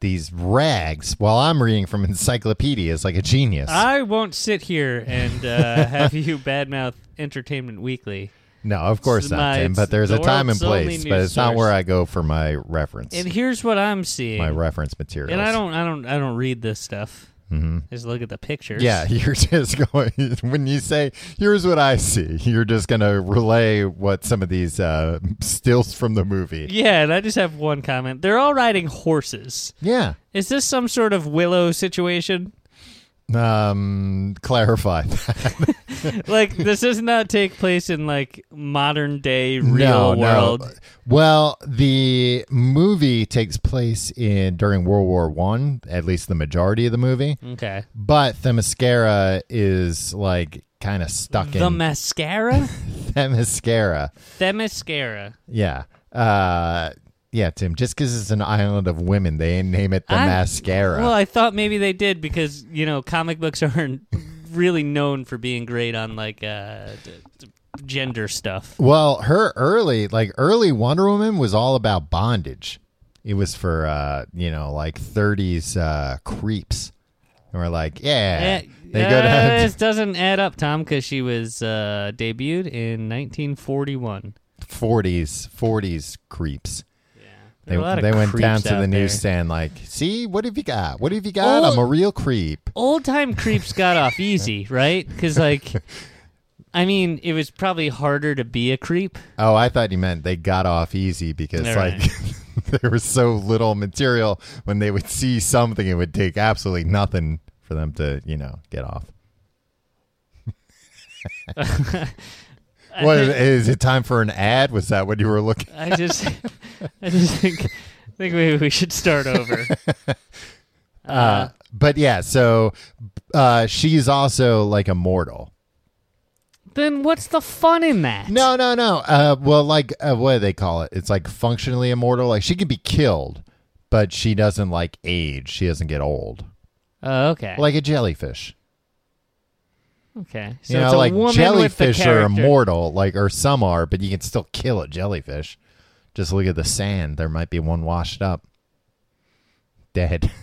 Speaker 2: these rags while I'm reading from encyclopedias like a genius.
Speaker 3: I won't sit here and uh, have you badmouth Entertainment Weekly.
Speaker 2: no, of course
Speaker 3: It's
Speaker 2: not,
Speaker 3: my-
Speaker 2: Tim.
Speaker 3: it's
Speaker 2: But there's
Speaker 3: the
Speaker 2: a time and
Speaker 3: world's only
Speaker 2: place. But
Speaker 3: news
Speaker 2: it's not where
Speaker 3: source.
Speaker 2: I go for my reference,
Speaker 3: And here's what I'm seeing.
Speaker 2: my reference materials.
Speaker 3: and I don't, I don't, I don't read this stuff. Mm-hmm. Just look at the pictures.
Speaker 2: Yeah, you're just going when you say here's what I see. You're just going to relay what some of these uh, stills from the movie.
Speaker 3: yeah. And I just have one comment. They're all riding horses.
Speaker 2: Yeah.
Speaker 3: Is this some sort of Willow situation?
Speaker 2: Um, clarify that.
Speaker 3: like this does not take place in like modern day
Speaker 2: no,
Speaker 3: real world.
Speaker 2: No. Well, the movie takes place in during World War One, at least the majority of the movie.
Speaker 3: Okay.
Speaker 2: But Themyscira is like kind of stuck
Speaker 3: The
Speaker 2: in
Speaker 3: mascara?
Speaker 2: Themyscira.
Speaker 3: the mascara.
Speaker 2: Yeah. Uh, yeah, Tim. Just because it's an island of women, they ain't name it the
Speaker 3: I-
Speaker 2: mascara.
Speaker 3: Well, I thought maybe they did because, you know, comic books aren't really known for being great on like uh d- d- gender stuff.
Speaker 2: Well, her early, like early Wonder Woman was all about bondage. It was for uh, you know, like 30s uh creeps. And we're like, yeah.
Speaker 3: Eh,
Speaker 2: They
Speaker 3: uh,
Speaker 2: go down
Speaker 3: this doesn't add up, Tom, because she was uh, debuted in 1941.
Speaker 2: 40s, 40s creeps. They,
Speaker 3: There are a lot of
Speaker 2: they went
Speaker 3: creeps
Speaker 2: down to
Speaker 3: out
Speaker 2: the
Speaker 3: there.
Speaker 2: newsstand like, see, what have you got? What have you got?
Speaker 3: Oh.
Speaker 2: I'm a real creep.
Speaker 3: old time creeps got off easy, right? Because like, I mean, it was probably harder to be a creep.
Speaker 2: Oh, I thought you meant they got off easy because
Speaker 3: All
Speaker 2: like there was so little material when they would see something it would take absolutely nothing for them to, you know, get off. What is it time for an ad? Was that what you were looking?
Speaker 3: I just, I just think, I think maybe we should start over.
Speaker 2: Uh, but yeah, so uh, she's also like a mortal.
Speaker 3: then what's the fun in that?
Speaker 2: No, no, no. Uh, well, like uh, what do they call it? It's like functionally immortal. Like she could be killed, but she doesn't like age. She doesn't get old,
Speaker 3: Oh, okay.
Speaker 2: like a jellyfish.
Speaker 3: okay. So
Speaker 2: You
Speaker 3: it's
Speaker 2: know,
Speaker 3: a
Speaker 2: like
Speaker 3: woman with
Speaker 2: jellyfish
Speaker 3: the
Speaker 2: are
Speaker 3: character.
Speaker 2: immortal, like or some are, but you can still kill a jellyfish. Just look at the sand. There might be one washed up, dead.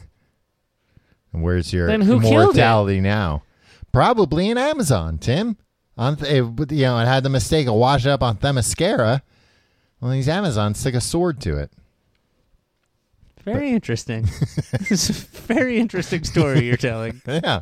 Speaker 2: And where's your
Speaker 3: Then who killed it?
Speaker 2: immortality now? Probably in Amazon, Tim. On th- it, would- you know, it had the mistake of wash up on Themyscira. Well, these Amazons stick a sword to it.
Speaker 3: Very interesting. this is a very interesting story you're telling.
Speaker 2: Yeah.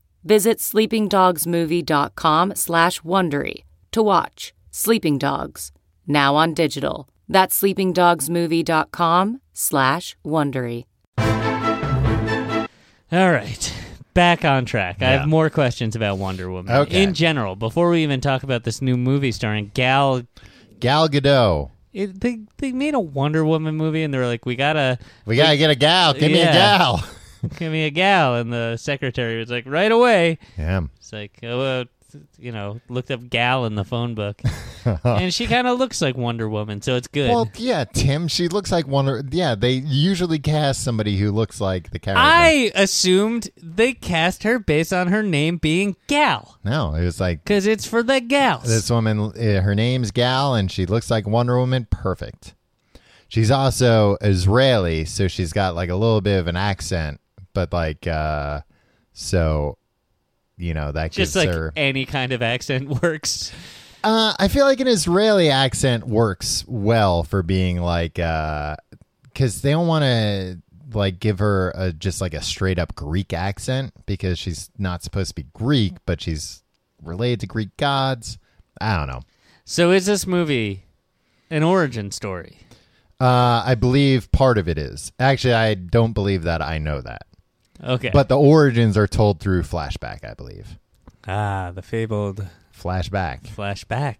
Speaker 6: Visit sleepingdogsmovie.com slash Wondery to watch Sleeping Dogs, now on digital. That's sleepingdogsmovie.com slash Wondery.
Speaker 3: All right. Back on track. I
Speaker 2: Yeah.
Speaker 3: have more questions about Wonder Woman.
Speaker 2: Okay.
Speaker 3: In general, before we even talk about this new movie starring Gal
Speaker 2: Gal Gadot.
Speaker 3: It, they they made a Wonder Woman movie and they were like, we gotta
Speaker 2: We gotta get a gal. Give me a
Speaker 3: Yeah.
Speaker 2: gal.
Speaker 3: give me a gal, and the secretary was like, right away.
Speaker 2: Yeah.
Speaker 3: It's like, oh, uh, th- you know, looked up gal in the phone book, and she kind of looks like Wonder Woman, so it's good.
Speaker 2: Well, yeah, Tim. She looks like one. Yeah, they usually cast somebody who looks like the character.
Speaker 3: I assumed they cast her based on her name being Gal,
Speaker 2: no, it was like
Speaker 3: because it's for the gals.
Speaker 2: this woman. uh, Her name's Gal, and she looks like Wonder Woman. Perfect. She's also Israeli, so she's got like a little bit of an accent, but like, uh so you know that
Speaker 3: Just
Speaker 2: gives
Speaker 3: like
Speaker 2: her.
Speaker 3: any kind of accent works.
Speaker 2: Uh, I feel like an Israeli accent works well for being like, because they don't want to like give her a, just like a straight up Greek accent because she's not supposed to be Greek, but she's related to Greek gods. I don't know.
Speaker 3: So is this movie an origin story?
Speaker 2: Uh, I believe part of it is actually I don't believe that I know that,
Speaker 3: Okay,
Speaker 2: but the origins are told through flashback. I believe
Speaker 3: ah, the fabled
Speaker 2: flashback.
Speaker 3: flashback.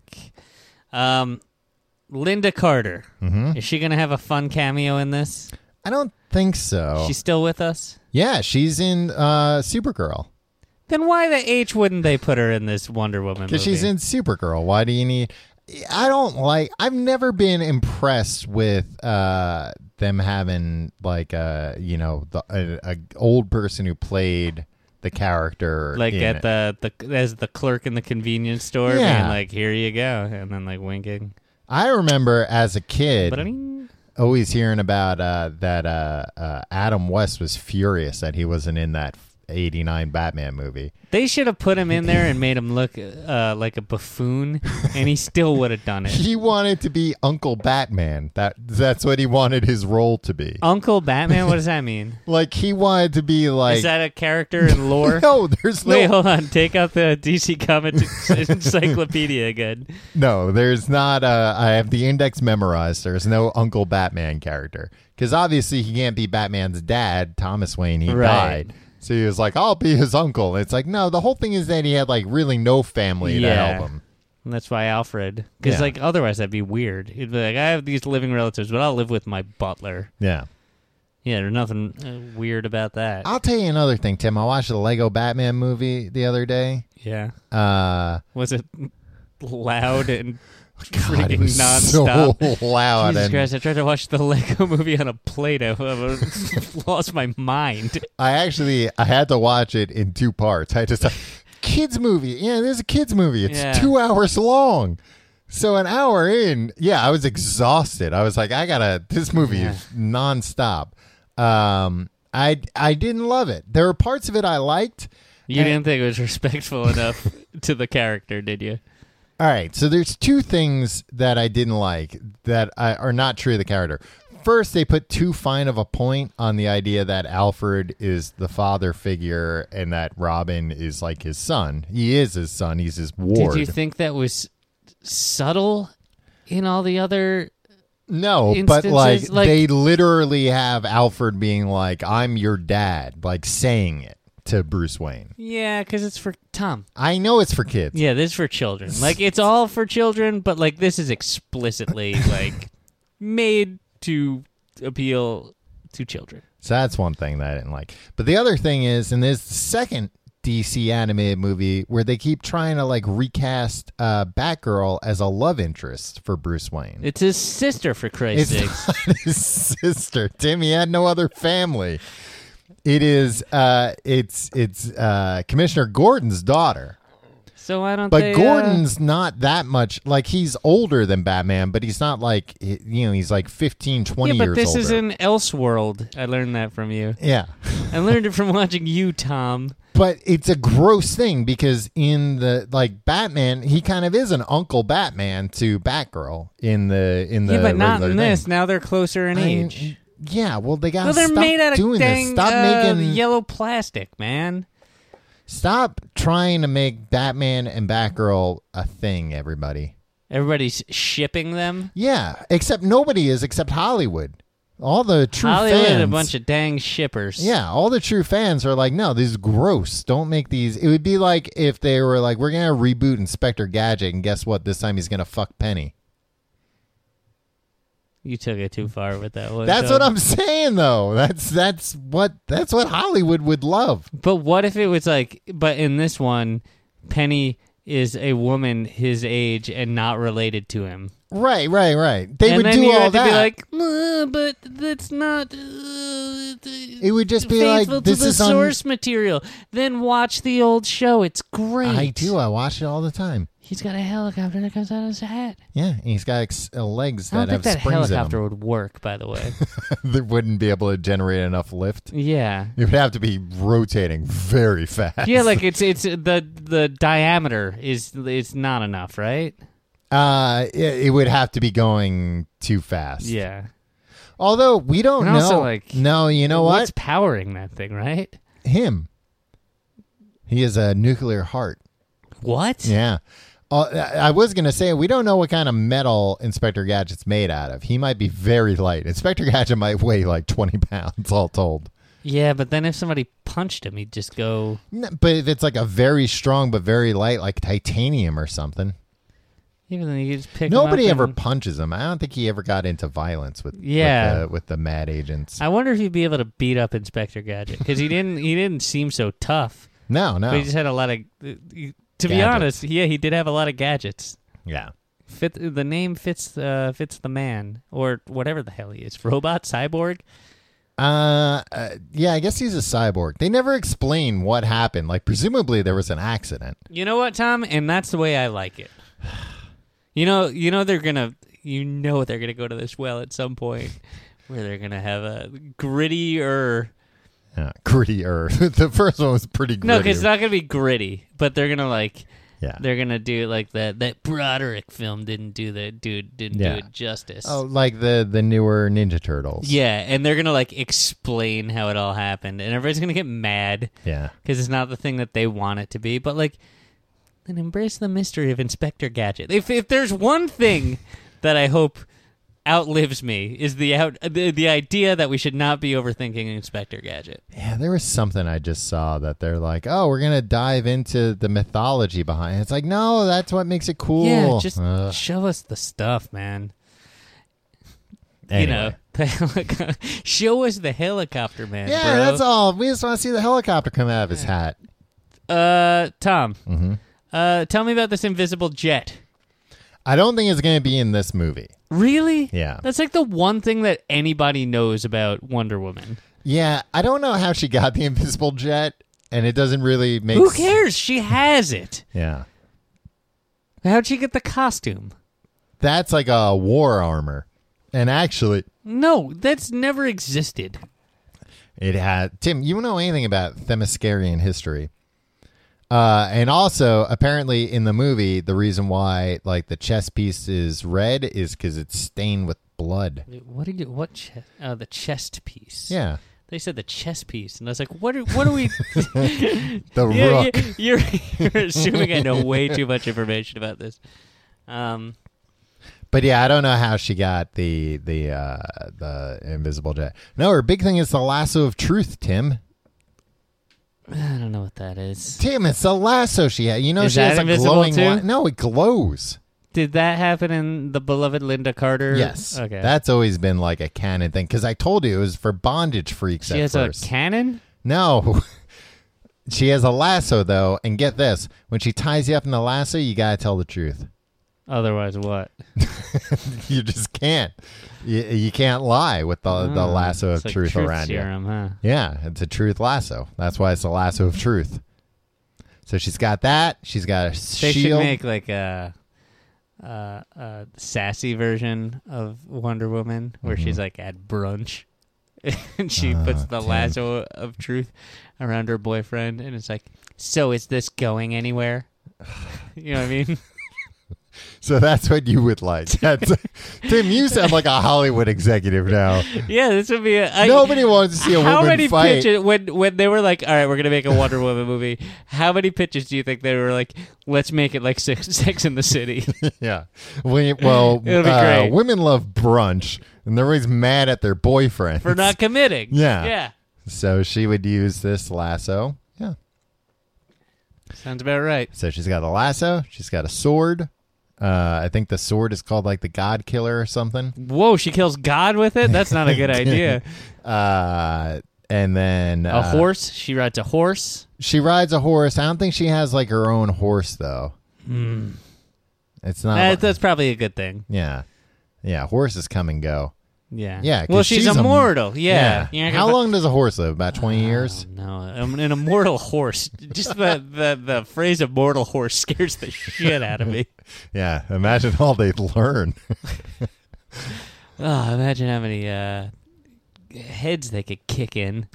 Speaker 2: Mm-hmm.
Speaker 3: Um, Linda Carter. Is she going to have a fun cameo in this?
Speaker 2: I don't think so.
Speaker 3: She's still with us?
Speaker 2: yeah, she's in uh, Supergirl.
Speaker 3: Then why the H wouldn't they put her in this Wonder Woman movie?
Speaker 2: Because she's in Supergirl. Why do you need? I don't like. I've never been impressed with uh, them having like a you know the, a, a old person who played the character
Speaker 3: like
Speaker 2: in
Speaker 3: at
Speaker 2: it.
Speaker 3: the, the as the clerk in the convenience store
Speaker 2: Yeah.
Speaker 3: being like, here you go. And then like winking.
Speaker 2: I remember as a kid
Speaker 3: But I mean,
Speaker 2: always hearing about uh, that uh, uh, Adam West was furious that he wasn't in that '89 Batman movie.
Speaker 3: they should have put him in there and made him look uh, like a buffoon, and he still would have done it.
Speaker 2: He wanted to be Uncle Batman. That that's what he wanted his role to be.
Speaker 3: Uncle Batman, what does that mean?
Speaker 2: Like he wanted to be like.
Speaker 3: Is that a character in lore?
Speaker 2: no, there's no
Speaker 3: Wait, hold on. Take out the DC Comics Encyclopedia again.
Speaker 2: No, there's not. Uh, I have the index memorized. There's no Uncle Batman character because obviously he can't be Batman's dad, Thomas Wayne. He
Speaker 3: Right.
Speaker 2: died, so he was like, "I'll be his uncle." It's like, no, the whole thing is that he had like really no family
Speaker 3: Yeah.
Speaker 2: to help him.
Speaker 3: And that's why Alfred. Because,
Speaker 2: Yeah.
Speaker 3: like, otherwise that'd be weird. It'd be like, I have these living relatives, but I'll live with my butler.
Speaker 2: Yeah,
Speaker 3: Yeah, there's nothing uh, weird about that.
Speaker 2: I'll tell you another thing, Tim. I watched the Lego Batman movie the other day.
Speaker 3: yeah.
Speaker 2: Uh,
Speaker 3: Was it loud and
Speaker 2: God,
Speaker 3: freaking
Speaker 2: it was
Speaker 3: nonstop?
Speaker 2: so loud.
Speaker 3: Jesus
Speaker 2: and
Speaker 3: Christ, I tried to watch the Lego movie on a Play Doh. I lost my mind.
Speaker 2: I actually I had to watch it in two parts. I just kids movie. Yeah, there's a kids movie. It's
Speaker 3: Yeah.
Speaker 2: two hours long. So an hour in, yeah, I was exhausted. I was like, I gotta. This movie is nonstop. Um, I I didn't love it. There were parts of it I liked.
Speaker 3: You didn't think it was respectful enough to the character, did you?
Speaker 2: All right, so there's two things that I didn't like that I, are not true to the character. First, they put too fine of a point on the idea that Alfred is the father figure and that Robin is like his son. He is his son. He's his ward.
Speaker 3: Did you think that was subtle in all the other?
Speaker 2: no, but
Speaker 3: instances,
Speaker 2: like,
Speaker 3: like-
Speaker 2: they literally have Alfred being like, "I'm your dad," like saying it to Bruce Wayne.
Speaker 3: Yeah, because it's for Tom.
Speaker 2: I know it's for kids.
Speaker 3: Yeah, this is for children. Like it's all for children, but like this is explicitly like made to appeal to children.
Speaker 2: So that's one thing that I didn't like. But the other thing is, and there's the second DC animated movie where they keep trying to like recast uh, Batgirl as a love interest for Bruce Wayne.
Speaker 3: It's his sister, for Christ's
Speaker 2: It's
Speaker 3: sake.
Speaker 2: not his sister. Tim, he had no other family. It is uh it's it's uh Commissioner Gordon's daughter.
Speaker 3: So why don't
Speaker 2: But
Speaker 3: they? uh,
Speaker 2: Gordon's not that much like he's older than Batman, but he's not like he- you know, he's like 15, 20
Speaker 3: yeah, but
Speaker 2: years
Speaker 3: this
Speaker 2: older.
Speaker 3: is an Elseworld. I learned that from you.
Speaker 2: yeah.
Speaker 3: I learned it from watching you, Tom.
Speaker 2: but it's a gross thing because in the like Batman, he kind of is an Uncle Batman to Batgirl in the in the
Speaker 3: yeah, but not
Speaker 2: regular
Speaker 3: in
Speaker 2: thing.
Speaker 3: this. Now they're closer in
Speaker 2: I mean,
Speaker 3: age.
Speaker 2: Yeah, well they got
Speaker 3: Well, they're
Speaker 2: stop
Speaker 3: made out
Speaker 2: doing
Speaker 3: of dang,
Speaker 2: this. Stop
Speaker 3: uh,
Speaker 2: making
Speaker 3: yellow plastic, man.
Speaker 2: stop trying to make Batman and Batgirl a thing. Everybody,
Speaker 3: Everybody's shipping them.
Speaker 2: yeah, except nobody is except Hollywood. All the true
Speaker 3: Hollywood,
Speaker 2: fans,
Speaker 3: a bunch of dang shippers.
Speaker 2: Yeah, all the true fans are like, no, this is gross. Don't make these. It would be like if they were like, we're gonna reboot Inspector Gadget, and guess what? This time he's gonna fuck Penny.
Speaker 3: you took it too far with that one.
Speaker 2: That's
Speaker 3: Tom.
Speaker 2: what I'm saying, though. That's that's what that's what Hollywood would love.
Speaker 3: But what if it was like? But in this one, Penny is a woman his age and not related to him.
Speaker 2: Right, right, right. They
Speaker 3: and
Speaker 2: would
Speaker 3: then
Speaker 2: do
Speaker 3: you
Speaker 2: all
Speaker 3: have
Speaker 2: that.
Speaker 3: to be like, "Uh, but that's not. Uh,
Speaker 2: it would just be like
Speaker 3: faithful
Speaker 2: this
Speaker 3: to the
Speaker 2: is on.
Speaker 3: source material. Then watch the old show. It's great.
Speaker 2: I do. I watch it all the time.
Speaker 3: He's got a helicopter that comes out of his head.
Speaker 2: Yeah, and he's got ex- uh, legs
Speaker 3: I don't
Speaker 2: that have
Speaker 3: think that
Speaker 2: springs
Speaker 3: helicopter would work, by the way.
Speaker 2: in them. they wouldn't be able to generate enough lift.
Speaker 3: yeah.
Speaker 2: It would have to be rotating very fast.
Speaker 3: Yeah, like it's it's the the diameter is it's not enough, right?
Speaker 2: Uh, it, it would have to be going too fast.
Speaker 3: Yeah.
Speaker 2: Although we don't
Speaker 3: And also,
Speaker 2: know.
Speaker 3: like,
Speaker 2: no, you know
Speaker 3: What's
Speaker 2: what?
Speaker 3: powering that thing, right?
Speaker 2: Him. He has a nuclear heart.
Speaker 3: What?
Speaker 2: Yeah. Uh, I I was gonna say we don't know what kind of metal Inspector Gadget's made out of. He might be very light. Inspector Gadget might weigh like twenty pounds, all told.
Speaker 3: Yeah, but then if somebody punched him, he'd just go.
Speaker 2: N- But if it's like a very strong but very light, like titanium or something,
Speaker 3: You can you just pick 'em up
Speaker 2: Nobody ever
Speaker 3: and-
Speaker 2: punches him. I don't think he ever got into violence with
Speaker 3: Yeah.
Speaker 2: with the, with the mad agents.
Speaker 3: I wonder if he'd be able to beat up Inspector Gadget because he didn't. He didn't seem so tough.
Speaker 2: no, no.
Speaker 3: But he just had a lot of. To be
Speaker 2: Oh. Gadgets.
Speaker 3: honest, yeah, he did have a lot of gadgets.
Speaker 2: yeah.
Speaker 3: Fit the name fits uh, fits the man or whatever the hell he is. Robot, cyborg.
Speaker 2: Uh, uh, yeah, I guess he's a cyborg. They never explain what happened. Like, presumably there was an accident.
Speaker 3: You know what, Tom? And that's the way I like it. You know, you know they're gonna, you know they're gonna go to this well at some point, where they're gonna have a grittier.
Speaker 2: Yeah, grittier. Uh, the first one was pretty gritty.
Speaker 3: No, 'cause it's not gonna be gritty, but they're gonna like
Speaker 2: yeah.
Speaker 3: they're gonna do like that. That Broderick film didn't do the dude didn't
Speaker 2: Yeah.
Speaker 3: do it justice.
Speaker 2: Oh, like the the newer Ninja Turtles.
Speaker 3: Yeah, and they're gonna like explain how it all happened, and everybody's gonna get mad
Speaker 2: Yeah.
Speaker 3: because it's not the thing that they want it to be. But like, then embrace the mystery of Inspector Gadget. If if there's one thing that I hope outlives me is the out the, the idea that we should not be overthinking Inspector Gadget.
Speaker 2: Yeah, there was something I just saw that they're like, "Oh, we're gonna dive into the mythology behind." it. It's like, no, that's what makes it cool. Uh.
Speaker 3: Yeah, just
Speaker 2: Ugh.
Speaker 3: show us the stuff, man.
Speaker 2: Anyway.
Speaker 3: You know, the helico- show us the helicopter man.
Speaker 2: Yeah,
Speaker 3: bro.
Speaker 2: that's all. We just want to see the helicopter come out of his hat.
Speaker 3: Uh, Tom,
Speaker 2: Mm-hmm.
Speaker 3: uh, tell me about this invisible jet.
Speaker 2: I don't think it's gonna be in this movie.
Speaker 3: Really?
Speaker 2: Yeah.
Speaker 3: That's like the one thing that anybody knows about Wonder Woman.
Speaker 2: Yeah, I don't know how she got the invisible jet, and it doesn't really make.
Speaker 3: Who
Speaker 2: s-
Speaker 3: cares? She has it.
Speaker 2: Yeah,
Speaker 3: How'd she get the costume?
Speaker 2: that's like a war armor, and actually,
Speaker 3: No, that's never existed.
Speaker 2: It had Tim. You know anything about Themyscirian history? Uh, and also, apparently, in the movie, the reason why like the chess piece is red is because it's stained with blood.
Speaker 3: What did you? What? Che- uh, the chest piece.
Speaker 2: Yeah,
Speaker 3: They said the chest piece, and I was like, "What? Are, what are we?"
Speaker 2: the
Speaker 3: Yeah,
Speaker 2: rook.
Speaker 3: yeah, you're, you're assuming I know way too much information about this. Um,
Speaker 2: But yeah, I don't know how she got the the uh, the invisible jet. No, her big thing is the lasso of truth, Tim.
Speaker 3: I don't know what that is.
Speaker 2: Tim, it's the lasso she had. You know
Speaker 3: Is
Speaker 2: she has
Speaker 3: that
Speaker 2: a
Speaker 3: invisible
Speaker 2: glowing
Speaker 3: too?
Speaker 2: one. No, it glows.
Speaker 3: Did that happen in the beloved Linda Carter?
Speaker 2: Yes.
Speaker 3: Okay.
Speaker 2: That's always been like a canon thing because I told you it was for bondage freaks
Speaker 3: she
Speaker 2: at
Speaker 3: has
Speaker 2: first.
Speaker 3: a cannon.
Speaker 2: No. She has a lasso though, and get this: when she ties you up in the lasso, you gotta tell the truth.
Speaker 3: Otherwise, what?
Speaker 2: You just can't. You, you can't lie with the, the
Speaker 3: Oh,
Speaker 2: lasso of
Speaker 3: it's like
Speaker 2: truth, around you.
Speaker 3: serum, Huh?
Speaker 2: Yeah, it's a truth lasso. That's why it's a lasso of truth. So she's got that. She's got a
Speaker 3: They
Speaker 2: shield.
Speaker 3: should make like a, a, a sassy version of Wonder Woman where
Speaker 2: Mm-hmm.
Speaker 3: she's like at brunch and she
Speaker 2: Ah,
Speaker 3: puts the lasso of truth around her boyfriend and it's like, so is this going anywhere? you know what I mean?
Speaker 2: so that's what you would like. That's, Tim, you sound like a Hollywood executive now.
Speaker 3: yeah, this would be a. I,
Speaker 2: Nobody wants to see a
Speaker 3: how
Speaker 2: woman
Speaker 3: many
Speaker 2: fight.
Speaker 3: pitches when when they were like, all right, we're gonna make a Wonder Woman movie? How many pitches do you think they were like, let's make it like Sex, sex in the City?
Speaker 2: Yeah. We, well,
Speaker 3: It'll be
Speaker 2: uh,
Speaker 3: great.
Speaker 2: women love brunch, and they're always mad at their boyfriend
Speaker 3: for not committing.
Speaker 2: Yeah.
Speaker 3: Yeah.
Speaker 2: So she would use this lasso. Yeah.
Speaker 3: Sounds about right.
Speaker 2: So she's got a lasso. She's got a sword. Uh, I think the sword is called like the God Killer or something.
Speaker 3: Whoa, she kills God with it? That's not a good idea.
Speaker 2: Uh, and then
Speaker 3: A
Speaker 2: uh,
Speaker 3: horse? She rides a horse?
Speaker 2: She rides a horse. I don't think she has like her own horse though.
Speaker 3: Hmm.
Speaker 2: It's not.
Speaker 3: That- that's probably a good thing.
Speaker 2: yeah. Yeah. Horses come and go.
Speaker 3: Yeah.
Speaker 2: Yeah. 'cause
Speaker 3: Well, she's,
Speaker 2: a-
Speaker 3: immortal. yeah. You're not gonna
Speaker 2: How
Speaker 3: fu-
Speaker 2: long does a horse live? About twenty years.
Speaker 3: No, I'm an immortal horse. Just the, the, the phrase immortal horse scares the shit out of me.
Speaker 2: Yeah, imagine all they learn.
Speaker 3: Oh, imagine how many uh, heads they could kick in.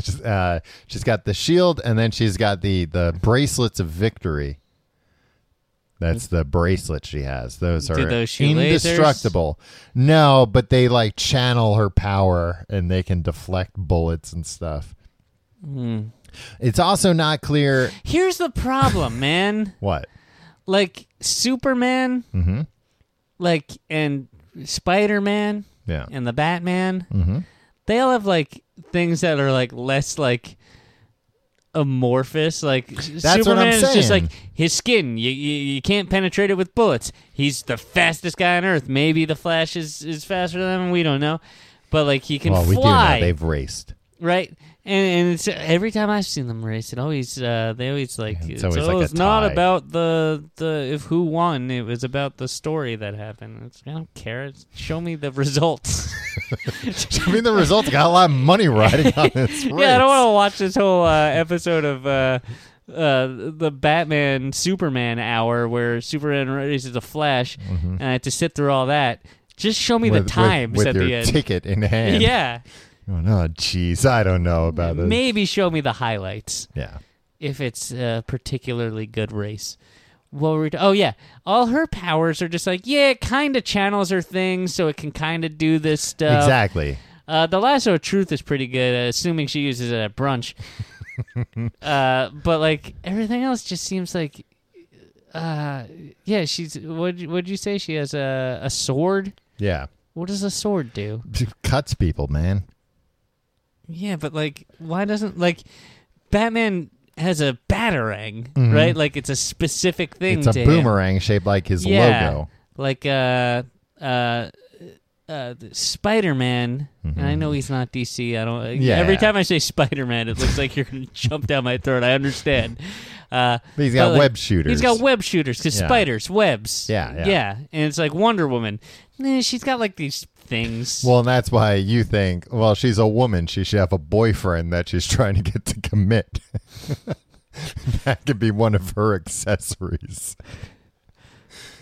Speaker 2: She's, uh, she's got the shield, and then she's got the the bracelets of victory. That's the bracelet she has. Those
Speaker 3: Do
Speaker 2: are
Speaker 3: those shoot lasers?
Speaker 2: indestructible. No, but they like channel her power, and they can deflect bullets and stuff.
Speaker 3: Hmm.
Speaker 2: It's also not clear
Speaker 3: Here's the problem, man.
Speaker 2: what.
Speaker 3: like Superman,
Speaker 2: Mm-hmm.
Speaker 3: like and Spider Man,
Speaker 2: Yeah. Mm-hmm.
Speaker 3: and the Batman, they all have like things that are like less like amorphous. Like
Speaker 2: what I'm
Speaker 3: Superman is just
Speaker 2: saying.
Speaker 3: like his skin. You, you you can't penetrate it with bullets. He's the fastest guy on Earth. Maybe the Flash is is faster than him. We don't know, but like he can
Speaker 2: well, we do
Speaker 3: fly
Speaker 2: know they've raced.
Speaker 3: right? And, and it's every time I've seen them race, it always uh, they always like
Speaker 2: Yeah, it's
Speaker 3: it's,
Speaker 2: always like a
Speaker 3: not
Speaker 2: tie.
Speaker 3: about the the if who won. It was about the story that happened. It's, I don't care. It's, show me the results.
Speaker 2: I mean, the results got a lot of money riding on this race.
Speaker 3: yeah, I don't want to watch this whole uh, episode of. Uh, uh, the Batman Superman hour where Superman races the Flash, and I had to sit through all that. Just show me the
Speaker 2: Mm-hmm.
Speaker 3: times
Speaker 2: with
Speaker 3: at
Speaker 2: your
Speaker 3: the end.
Speaker 2: ticket in hand.
Speaker 3: yeah,
Speaker 2: Oh, no, jeez, I don't know about this.
Speaker 3: maybe show me the highlights.
Speaker 2: Yeah.
Speaker 3: if it's a particularly good race. What were we t- oh yeah, all her powers are just like yeah, it kind of channels her thing, so it can kind of do this stuff.
Speaker 2: exactly.
Speaker 3: Uh, the lasso of truth is pretty good, uh, assuming she uses it at brunch. uh, but like everything else, just seems like, uh, yeah, she's what? What'd you say? She has a a sword.
Speaker 2: Yeah.
Speaker 3: What does a sword do?
Speaker 2: Cuts people, man.
Speaker 3: Yeah, but like, why doesn't like Batman has a batarang, right? Like it's a specific thing.
Speaker 2: Mm-hmm. It's a
Speaker 3: to him.
Speaker 2: boomerang shaped like his
Speaker 3: yeah,
Speaker 2: logo.
Speaker 3: like uh, uh, uh, Spider Man. And I know he's not DC. I don't.
Speaker 2: Mm-hmm. Yeah.
Speaker 3: Every time I say Spider Man, it looks like you're gonna jump down my throat. I understand. Uh,
Speaker 2: But he's got
Speaker 3: like,
Speaker 2: web shooters.
Speaker 3: He's got web shooters because
Speaker 2: Yeah.
Speaker 3: spiders, webs.
Speaker 2: Yeah, yeah.
Speaker 3: and it's like Wonder Woman. Eh, she's got like these things.
Speaker 2: Well, and that's why you think, well, she's a woman. She should have a boyfriend that she's trying to get to commit. that could be one of her accessories.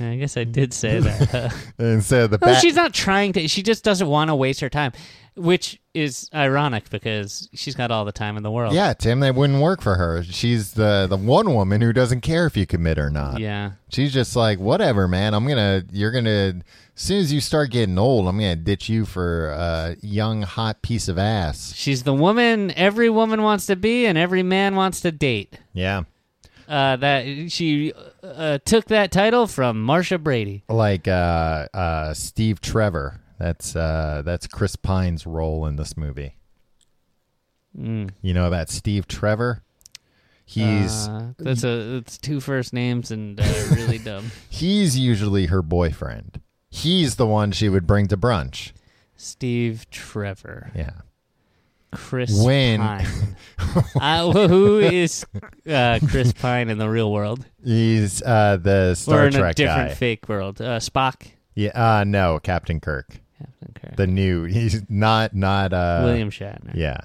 Speaker 3: I guess I did say that. Uh,
Speaker 2: Instead of the
Speaker 3: No,
Speaker 2: bat-
Speaker 3: she's not trying to. She just doesn't want to waste her time, which is ironic because she's got all the time in the world.
Speaker 2: Yeah, Tim, that wouldn't work for her. She's the, the one woman who doesn't care if you commit or not.
Speaker 3: Yeah.
Speaker 2: She's just like, whatever, man. I'm gonna, you're gonna, as soon as you start getting old, I'm gonna ditch you for a young, hot piece of ass.
Speaker 3: She's the woman every woman wants to be and every man wants to date.
Speaker 2: Yeah,
Speaker 3: Uh, that she uh, took that title from Marsha Brady.
Speaker 2: like uh, uh, Steve Trevor. That's uh, that's Chris Pine's role in this movie.
Speaker 3: Mm.
Speaker 2: You know about Steve Trevor? He's
Speaker 3: Uh, that's a it's two first names and uh, really dumb.
Speaker 2: he's usually her boyfriend. He's the one she would bring to brunch.
Speaker 3: Steve Trevor,
Speaker 2: Yeah.
Speaker 3: Chris
Speaker 2: When-
Speaker 3: Pine. uh, who is uh, Chris Pine in the real world?
Speaker 2: He's uh, the
Speaker 3: or
Speaker 2: Star
Speaker 3: in a
Speaker 2: Trek
Speaker 3: different
Speaker 2: guy.
Speaker 3: fake world? Uh, Spock.
Speaker 2: yeah, uh, no, Captain Kirk.
Speaker 3: Captain Kirk.
Speaker 2: The new. He's not not uh
Speaker 3: William Shatner.
Speaker 2: Yeah.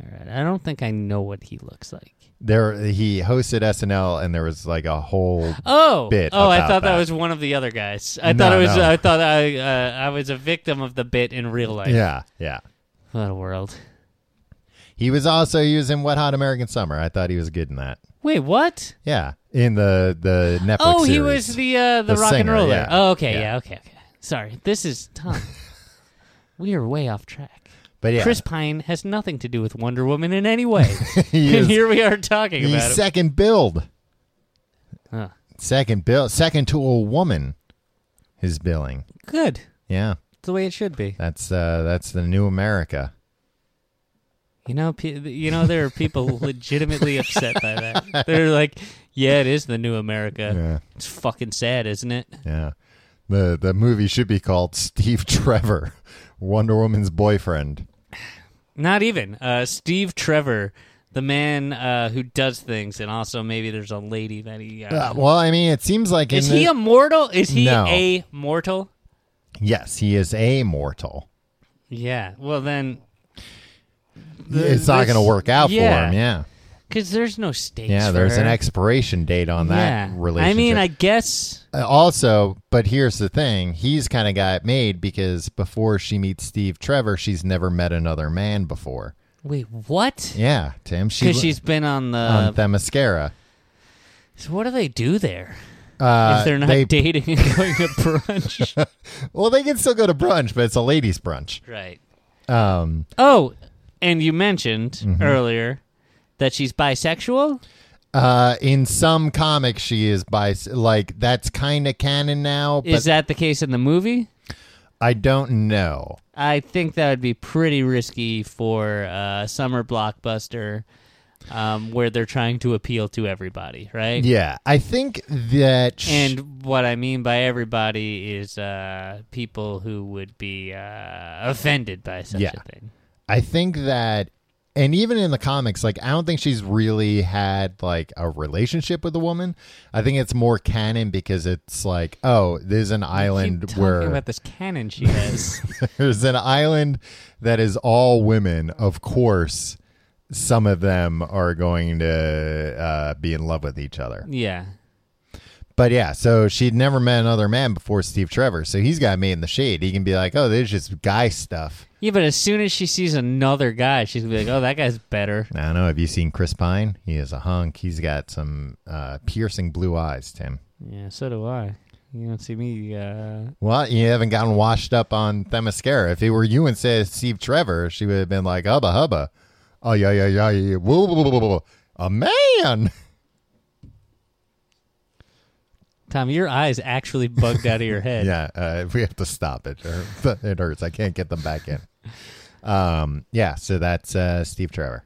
Speaker 3: All right. I don't think I know what he looks like.
Speaker 2: There he hosted SNL and there was like a whole
Speaker 3: Oh,
Speaker 2: Bit
Speaker 3: oh! I
Speaker 2: about
Speaker 3: thought that.
Speaker 2: that.
Speaker 3: was one of the other guys. I
Speaker 2: No,
Speaker 3: thought it was.
Speaker 2: no.
Speaker 3: I thought I. Uh, I was a victim of the bit in real life.
Speaker 2: Yeah, yeah.
Speaker 3: What a world.
Speaker 2: He was also using Wet Hot American Summer. I thought he was good in that.
Speaker 3: Wait, what?
Speaker 2: Yeah, in the the Netflix
Speaker 3: oh, he
Speaker 2: series.
Speaker 3: was the uh, the,
Speaker 2: The
Speaker 3: rock and
Speaker 2: singer,
Speaker 3: roller.
Speaker 2: yeah.
Speaker 3: Oh, okay, yeah.
Speaker 2: Yeah.
Speaker 3: okay, okay. Sorry, this is Tom. we are way off track.
Speaker 2: But yeah,
Speaker 3: Chris Pine has nothing to do with Wonder Woman in any way,
Speaker 2: he
Speaker 3: and
Speaker 2: is,
Speaker 3: here we are talking
Speaker 2: he's
Speaker 3: about it.
Speaker 2: second build.
Speaker 3: Huh.
Speaker 2: Second build, second to a woman. His billing.
Speaker 3: Good,
Speaker 2: Yeah,
Speaker 3: the way it should be.
Speaker 2: that's uh that's the new America.
Speaker 3: You know, pe- you know, there are people legitimately upset by that. They're like, "Yeah, it is the new America.
Speaker 2: Yeah.
Speaker 3: It's fucking sad, isn't it?"
Speaker 2: Yeah. The the movie should be called Steve Trevor, Wonder Woman's boyfriend.
Speaker 3: Not even uh, Steve Trevor, the man uh, who does things, and also maybe there's a lady that he. Uh,
Speaker 2: Uh, well, I mean, it seems like
Speaker 3: is
Speaker 2: in
Speaker 3: he
Speaker 2: the-
Speaker 3: a mortal? Is he
Speaker 2: No.
Speaker 3: a mortal?
Speaker 2: yes, he is a mortal.
Speaker 3: Yeah. Well, then,
Speaker 2: it's not
Speaker 3: this-
Speaker 2: going to work out for
Speaker 3: yeah.
Speaker 2: him. Yeah,
Speaker 3: because there's no stakes.
Speaker 2: yeah.
Speaker 3: for
Speaker 2: There's an
Speaker 3: her.
Speaker 2: expiration date on that
Speaker 3: Yeah.
Speaker 2: relationship.
Speaker 3: I mean, I guess.
Speaker 2: Uh, also, but here's the thing: he's kind of got it made because before she meets Steve Trevor, she's never met another man before.
Speaker 3: Wait, what?
Speaker 2: Yeah, Tim. She
Speaker 3: Because she's uh, been on the.
Speaker 2: on Themyscira.
Speaker 3: so what do they do there?
Speaker 2: Uh,
Speaker 3: if they're not
Speaker 2: they-
Speaker 3: dating and going to brunch.
Speaker 2: well, they can still go to brunch, but it's a ladies' brunch.
Speaker 3: right.
Speaker 2: Um,
Speaker 3: Oh, and you mentioned
Speaker 2: Mm-hmm.
Speaker 3: earlier that she's bisexual.
Speaker 2: Uh, in some comics, she is by like that's kind of canon now, but
Speaker 3: Is that the case in the movie?
Speaker 2: I don't know.
Speaker 3: I think that would be pretty risky for a summer blockbuster. um, where they're trying to appeal to everybody, right?
Speaker 2: Yeah, I think that. sh-
Speaker 3: And what I mean by everybody is uh, people who would be uh, offended by such
Speaker 2: Yeah.
Speaker 3: a thing.
Speaker 2: I think that, and even in the comics, like I don't think she's really had like a relationship with a woman. I think it's more canon because it's like, oh, there's an
Speaker 3: Keep
Speaker 2: island
Speaker 3: talking
Speaker 2: where
Speaker 3: about this cannon she has.
Speaker 2: there's an island that is all women. Of course, some of them are going to uh, be in love with each other.
Speaker 3: yeah.
Speaker 2: But yeah, so she'd never met another man before Steve Trevor, so he's got me in the shade. He can be like, oh, there's just guy stuff.
Speaker 3: Yeah, but as soon as she sees another guy, she's gonna be like, "Oh, that guy's better."
Speaker 2: I don't know. Have you seen Chris Pine? He is a hunk. He's got some uh, piercing blue eyes, Tim.
Speaker 3: Yeah, so do I. You don't see me. Uh...
Speaker 2: Well, you haven't gotten washed up on Themyscira. If it were you and said Steve Trevor, she would have been like, hubba hubba. Oh, yeah, yeah, yeah, yeah. Woo, woo, woo, woo, woo. A man.
Speaker 3: Tom, your eyes actually bugged out of your head.
Speaker 2: Yeah, uh, we have to stop it. Or, it hurts. I can't get them back in. Um, yeah, so that's uh, Steve Trevor.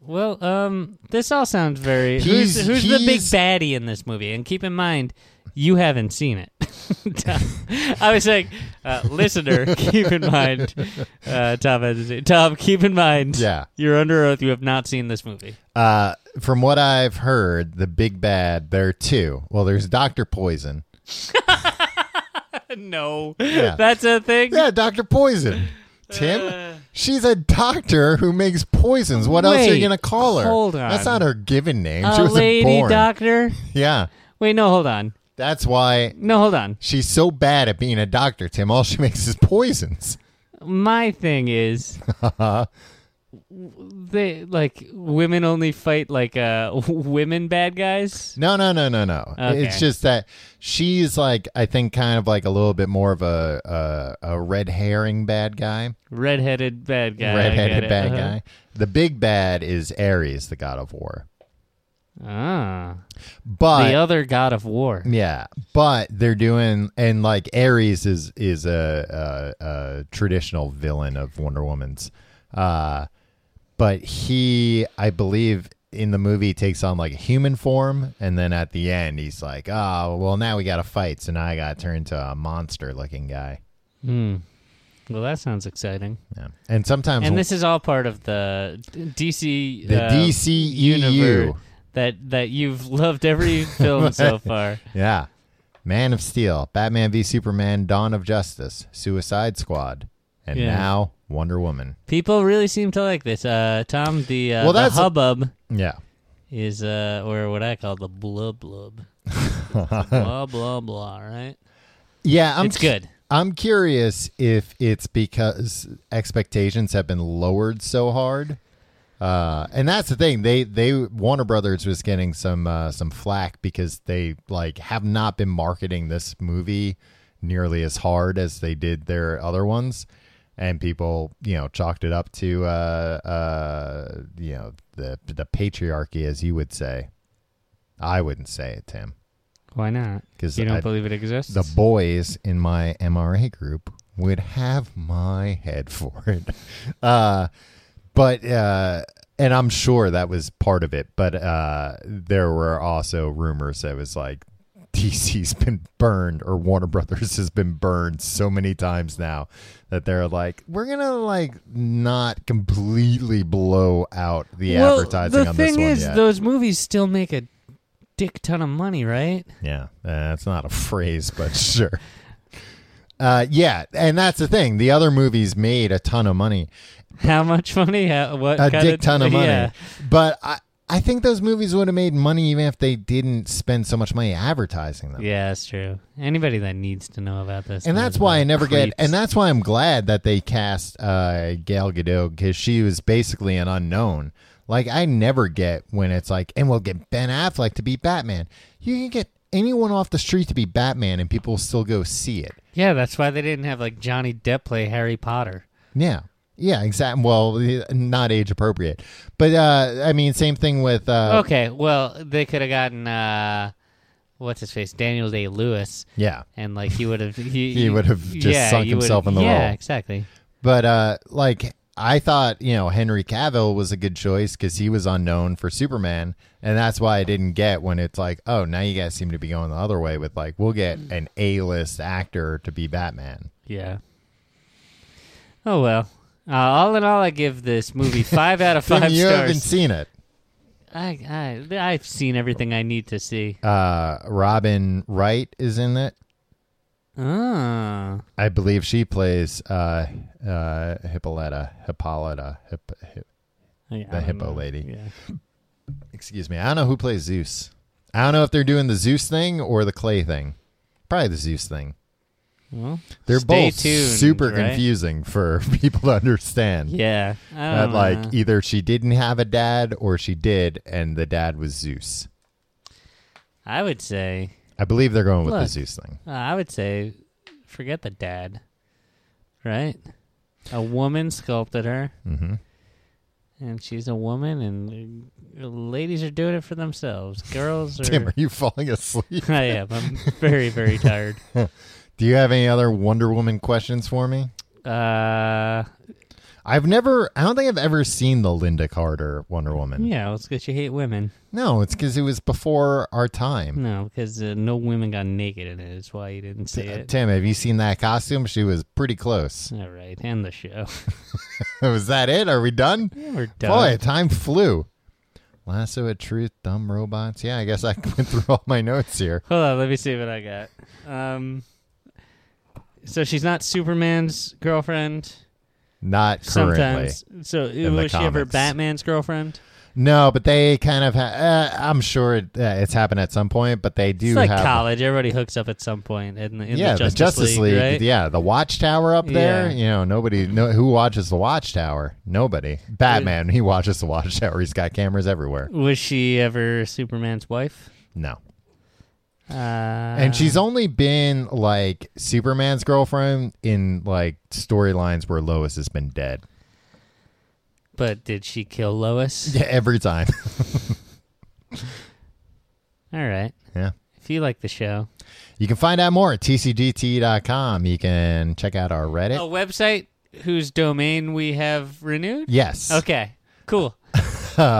Speaker 3: Well, um, this all sounds very.
Speaker 2: He's-
Speaker 3: who's who's the big
Speaker 2: he's-
Speaker 3: baddie in this movie? And keep in mind, you haven't seen it. Tom, I was like, uh, listener, keep in mind, uh, Tom. has to- Tom, keep in mind.
Speaker 2: Yeah.
Speaker 3: you're under oath. You have not seen this movie.
Speaker 2: Uh, from what I've heard, the big bad, there are two. Well, there's Dr. Poison.
Speaker 3: no,
Speaker 2: Yeah.
Speaker 3: that's a thing.
Speaker 2: Yeah, Dr. Poison. Tim, she's a doctor who makes poisons. What else are
Speaker 3: Wait,
Speaker 2: you going to call her?
Speaker 3: hold
Speaker 2: That's
Speaker 3: on.
Speaker 2: not her given name. she
Speaker 3: a
Speaker 2: wasn't
Speaker 3: lady
Speaker 2: born.
Speaker 3: doctor.
Speaker 2: Yeah,
Speaker 3: Wait, no, hold on.
Speaker 2: that's why
Speaker 3: No, hold on.
Speaker 2: she's so bad at being a doctor, Tim. All she makes is poisons.
Speaker 3: My thing is they like women only fight like uh women bad guys.
Speaker 2: No, no, no, no, no.
Speaker 3: Okay.
Speaker 2: It's just that she's like, I think, kind of like a little bit more of a a, a red herring bad guy,
Speaker 3: Redheaded bad guy. I get
Speaker 2: redheaded
Speaker 3: it.
Speaker 2: bad
Speaker 3: Uh-huh.
Speaker 2: guy. The big bad is Ares, the god of war.
Speaker 3: Ah.
Speaker 2: But
Speaker 3: the other god of war.
Speaker 2: yeah, but they're doing and like Ares is is a a, a traditional villain of Wonder Woman's, uh, but he, I believe. In the movie, takes on like a human form, and then at the end, he's like, "Oh, well, now we got to fight." So now I got turned to a monster-looking guy.
Speaker 3: Hmm. Well, that sounds exciting.
Speaker 2: Yeah. And sometimes
Speaker 3: And this is all part of the
Speaker 2: the
Speaker 3: DC
Speaker 2: E
Speaker 3: uh,
Speaker 2: DCEU.
Speaker 3: universe that that you've loved every film so far.
Speaker 2: Yeah. Man of Steel, Batman v Superman, Dawn of Justice, Suicide Squad, and
Speaker 3: Yeah.
Speaker 2: now Wonder Woman.
Speaker 3: People really seem to like this. Uh Tom the uh
Speaker 2: Well,
Speaker 3: the
Speaker 2: that's a-
Speaker 3: hubbub
Speaker 2: Yeah.
Speaker 3: is uh or what I call the blub blub. blah blah blah, right?
Speaker 2: Yeah, I'm
Speaker 3: it's good.
Speaker 2: I'm curious if it's because expectations have been lowered so hard. Uh, and that's the thing. They they Warner Brothers was getting some uh, some flack because they like have not been marketing this movie nearly as hard as they did their other ones, and people you know chalked it up to uh, uh, you know the the patriarchy, as you would say. I wouldn't say it, Tim,
Speaker 3: Why not?
Speaker 2: because
Speaker 3: You don't believe it exists?
Speaker 2: the boys in my MRA group would have my head for it. Uh, but uh, and I'm sure that was part of it. But uh, there were also rumors that was like DC's been burned or Warner Brothers has been burned so many times now that they're like, we're gonna like not completely blow out the
Speaker 3: well,
Speaker 2: advertising
Speaker 3: the
Speaker 2: on
Speaker 3: thing
Speaker 2: this one
Speaker 3: is,
Speaker 2: yet.
Speaker 3: those movies still make a dick ton of money, right?
Speaker 2: Yeah, that's not a phrase, but sure. Uh, yeah, and that's the thing. The other movies made a ton of money,
Speaker 3: How much money? How, what
Speaker 2: a
Speaker 3: kind
Speaker 2: dick ton of money.
Speaker 3: Yeah.
Speaker 2: But I, I think those movies would have made money even if they didn't spend so much money advertising them.
Speaker 3: yeah, that's true. Anybody that needs to know about this,
Speaker 2: And
Speaker 3: knows
Speaker 2: that's why
Speaker 3: about
Speaker 2: I never get.
Speaker 3: creeps.
Speaker 2: And that's why I'm glad that they cast uh, Gail Gadot because she was basically an unknown. Like I never get when it's like, and we'll get Ben Affleck to be Batman. You can get anyone off the street to be Batman, and people will still go see it.
Speaker 3: yeah, that's why they didn't have like Johnny Depp play Harry Potter.
Speaker 2: Yeah. Yeah, exactly. Well, eh, not age appropriate. But uh I mean same thing with uh
Speaker 3: okay, well they could have gotten uh, what's his face, Daniel Day Lewis,
Speaker 2: yeah.
Speaker 3: and like he would have he,
Speaker 2: He would have just
Speaker 3: yeah,
Speaker 2: sunk
Speaker 3: you would-
Speaker 2: himself in the
Speaker 3: yeah,
Speaker 2: role.
Speaker 3: exactly.
Speaker 2: But uh like I thought, you know, Henry Cavill was a good choice because he was unknown for Superman. And that's why I didn't get when it's like, oh, now you guys seem to be going the other way with like, we'll get an A list actor to be Batman.
Speaker 3: Yeah. Oh well. Uh, all in all, I give this movie five out of
Speaker 2: Tim,
Speaker 3: five
Speaker 2: you haven't
Speaker 3: stars.
Speaker 2: seen it.
Speaker 3: I, I I've seen everything I need to see.
Speaker 2: Uh, Robin Wright is in it. Uh,
Speaker 3: Oh.
Speaker 2: I believe she plays uh, uh, Hippolyta, Hippolyta, Hip, Hip,
Speaker 3: Yeah,
Speaker 2: the
Speaker 3: I don't
Speaker 2: hippo
Speaker 3: know.
Speaker 2: lady.
Speaker 3: Yeah.
Speaker 2: Excuse me. I don't know who plays Zeus. I don't know if they're doing the Zeus thing or the clay thing. Probably the Zeus thing.
Speaker 3: Well,
Speaker 2: They're
Speaker 3: stay
Speaker 2: both
Speaker 3: tuned,
Speaker 2: super
Speaker 3: right?
Speaker 2: confusing for people to understand.
Speaker 3: Yeah. Uh, I
Speaker 2: That
Speaker 3: don't
Speaker 2: like
Speaker 3: know.
Speaker 2: either she didn't have a dad or she did, and the dad was Zeus.
Speaker 3: I would say.
Speaker 2: I believe they're going with the
Speaker 3: Look.
Speaker 2: Zeus thing.
Speaker 3: Uh, I would say, forget the dad, right? A woman sculpted her,
Speaker 2: Mhm.
Speaker 3: and she's a woman, and uh, ladies are doing it for themselves. Girls are.
Speaker 2: Tim, are you falling asleep?
Speaker 3: I am. I'm very, very tired.
Speaker 2: Do you have any other Wonder Woman questions for me?
Speaker 3: Uh,
Speaker 2: I've never, I don't think I've ever seen the Linda Carter Wonder Woman.
Speaker 3: yeah, it's because you hate women.
Speaker 2: No, it's because it was before our time.
Speaker 3: No, because uh, no women got naked in it. Is why you didn't see
Speaker 2: Uh,
Speaker 3: it.
Speaker 2: Tim, have you seen that costume? She was pretty close.
Speaker 3: All right, and the show.
Speaker 2: was that it? Are we done?
Speaker 3: We're
Speaker 2: Boy,
Speaker 3: done.
Speaker 2: time flew. Lasso of Truth, Dumb Robots. Yeah, I guess I went through all my notes here.
Speaker 3: Hold on, let me see what I got. Um, so she's not Superman's girlfriend.
Speaker 2: Not currently.
Speaker 3: Sometimes. So
Speaker 2: the
Speaker 3: was she ever
Speaker 2: comics.
Speaker 3: Batman's girlfriend?
Speaker 2: No, but they kind of. Ha- uh, I'm sure it, uh, it's happened at some point, but they do
Speaker 3: it's like
Speaker 2: have.
Speaker 3: college. Everybody hooks up at some point in the, in
Speaker 2: yeah,
Speaker 3: the Justice, League, right?
Speaker 2: Yeah, the Watchtower up there.
Speaker 3: Yeah.
Speaker 2: You know, nobody. No, who watches the Watchtower? Nobody. Batman. He watches the Watchtower. He's got cameras everywhere.
Speaker 3: Was she ever Superman's wife?
Speaker 2: No.
Speaker 3: Uh,
Speaker 2: And she's only been like Superman's girlfriend in like storylines where Lois has been dead.
Speaker 3: but did she kill Lois?
Speaker 2: Yeah, every time.
Speaker 3: All right.
Speaker 2: yeah.
Speaker 3: If you like the show,
Speaker 2: You can find out more at tcgt.com. You can check out our Reddit.
Speaker 3: a Oh, website whose domain we have renewed.
Speaker 2: Yes.
Speaker 3: Okay. Cool.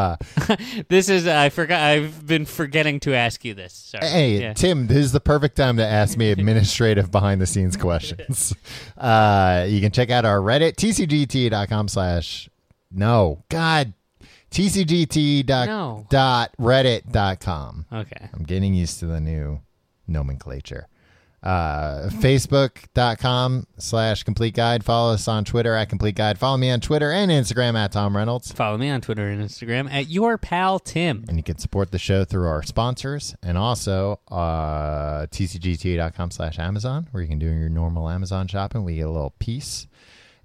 Speaker 3: this is I forgot. I've been forgetting to ask you this. Sorry.
Speaker 2: Hey,
Speaker 3: Yeah.
Speaker 2: Tim, this is the perfect time to ask me administrative behind the scenes questions. Uh, you can check out our Reddit, tcgt.com slash no. God. tcgt dot
Speaker 3: No.
Speaker 2: dot reddit dot com.
Speaker 3: okay.
Speaker 2: I'm getting used to the new nomenclature. Uh, Facebook.com slash complete guide. Follow us on Twitter at complete guide. Follow me on Twitter and Instagram at Tom Reynolds.
Speaker 3: Follow me on Twitter and Instagram at your pal Tim.
Speaker 2: And you can support the show through our sponsors and also uh, tcgta.com slash Amazon, where you can do your normal Amazon shopping. We get a little piece.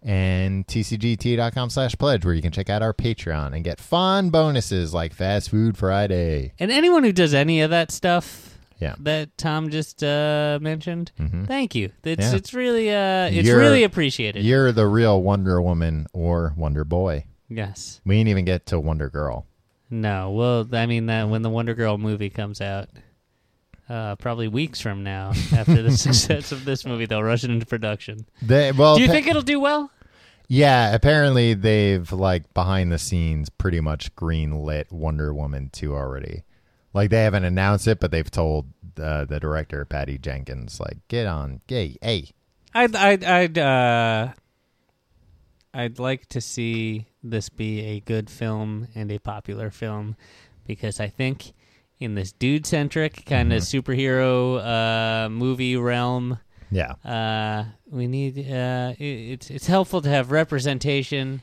Speaker 2: And tcgta.com slash pledge, where you can check out our Patreon and get fun bonuses like Fast Food Friday.
Speaker 3: And anyone who does any of that stuff
Speaker 2: Yeah. Mm-hmm.
Speaker 3: that Tom just uh, mentioned, thank you. It's
Speaker 2: Yeah.
Speaker 3: it's really uh, it's
Speaker 2: You're-
Speaker 3: really appreciated.
Speaker 2: You're the real Wonder Woman or Wonder Boy.
Speaker 3: Yes.
Speaker 2: We didn't even get to Wonder Girl.
Speaker 3: No. Well, I mean that when the Wonder Girl movie comes out, uh, probably weeks from now, after the success of this movie, they'll rush it into production.
Speaker 2: They, well,
Speaker 3: Do you
Speaker 2: appa-
Speaker 3: think it'll do well?
Speaker 2: yeah. Apparently, they've like behind the scenes pretty much green lit Wonder Woman two already. Like they haven't announced it, but they've told uh, the director Patty Jenkins like get on, hey, hey.
Speaker 3: I'd I'd I'd uh, I'd like to see this be a good film and a popular film because I think in this dude centric kind of
Speaker 2: Mm-hmm.
Speaker 3: superhero uh, movie realm,
Speaker 2: Yeah,
Speaker 3: uh, we need uh, it, it's it's helpful to have representation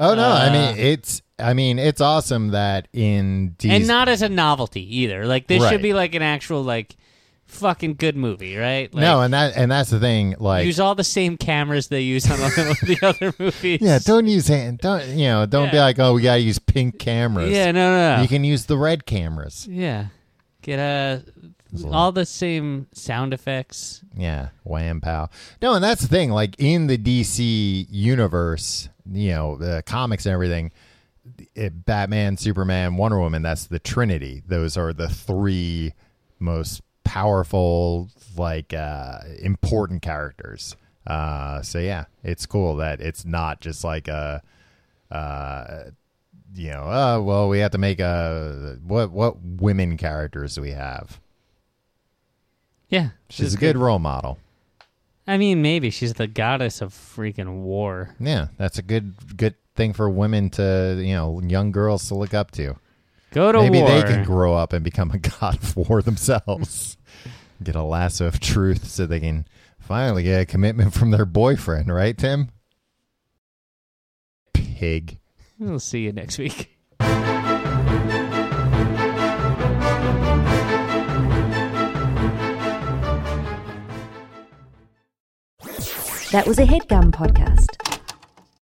Speaker 2: Oh no, I
Speaker 3: Uh,
Speaker 2: mean it's I mean it's awesome that in DC
Speaker 3: and not as a novelty either. Like this
Speaker 2: Right.
Speaker 3: should be like an actual like fucking good movie, right? Like,
Speaker 2: no, and that and that's the thing. Like
Speaker 3: use all the same cameras they use on all the other movies.
Speaker 2: yeah, don't use hand, don't you know? Don't be
Speaker 3: Yeah.
Speaker 2: like oh we gotta use pink cameras.
Speaker 3: yeah, no, no, no.
Speaker 2: you can use the red cameras.
Speaker 3: Yeah. Get uh, all the same sound effects.
Speaker 2: Yeah, wham pow. No, and that's the thing. Like in the DC universe, you know, the comics and everything, it, Batman, Superman, Wonder Woman, that's the Trinity. Those are the three most powerful, like, uh, important characters. Uh, so yeah, it's cool that it's not just like a uh, you know, uh, well, we have to make a what what women characters do we have.
Speaker 3: Yeah,
Speaker 2: She's, a good role model.
Speaker 3: I mean, maybe she's the goddess of freaking war.
Speaker 2: Yeah, that's a good good thing for women to you know young girls to look up to.
Speaker 3: Go to
Speaker 2: Maybe
Speaker 3: war.
Speaker 2: they can grow up and become a god of war themselves. get a lasso of truth so they can finally get a commitment from their boyfriend, right, Tim? Pig.
Speaker 3: We'll see you next week.
Speaker 7: That was a headgum podcast.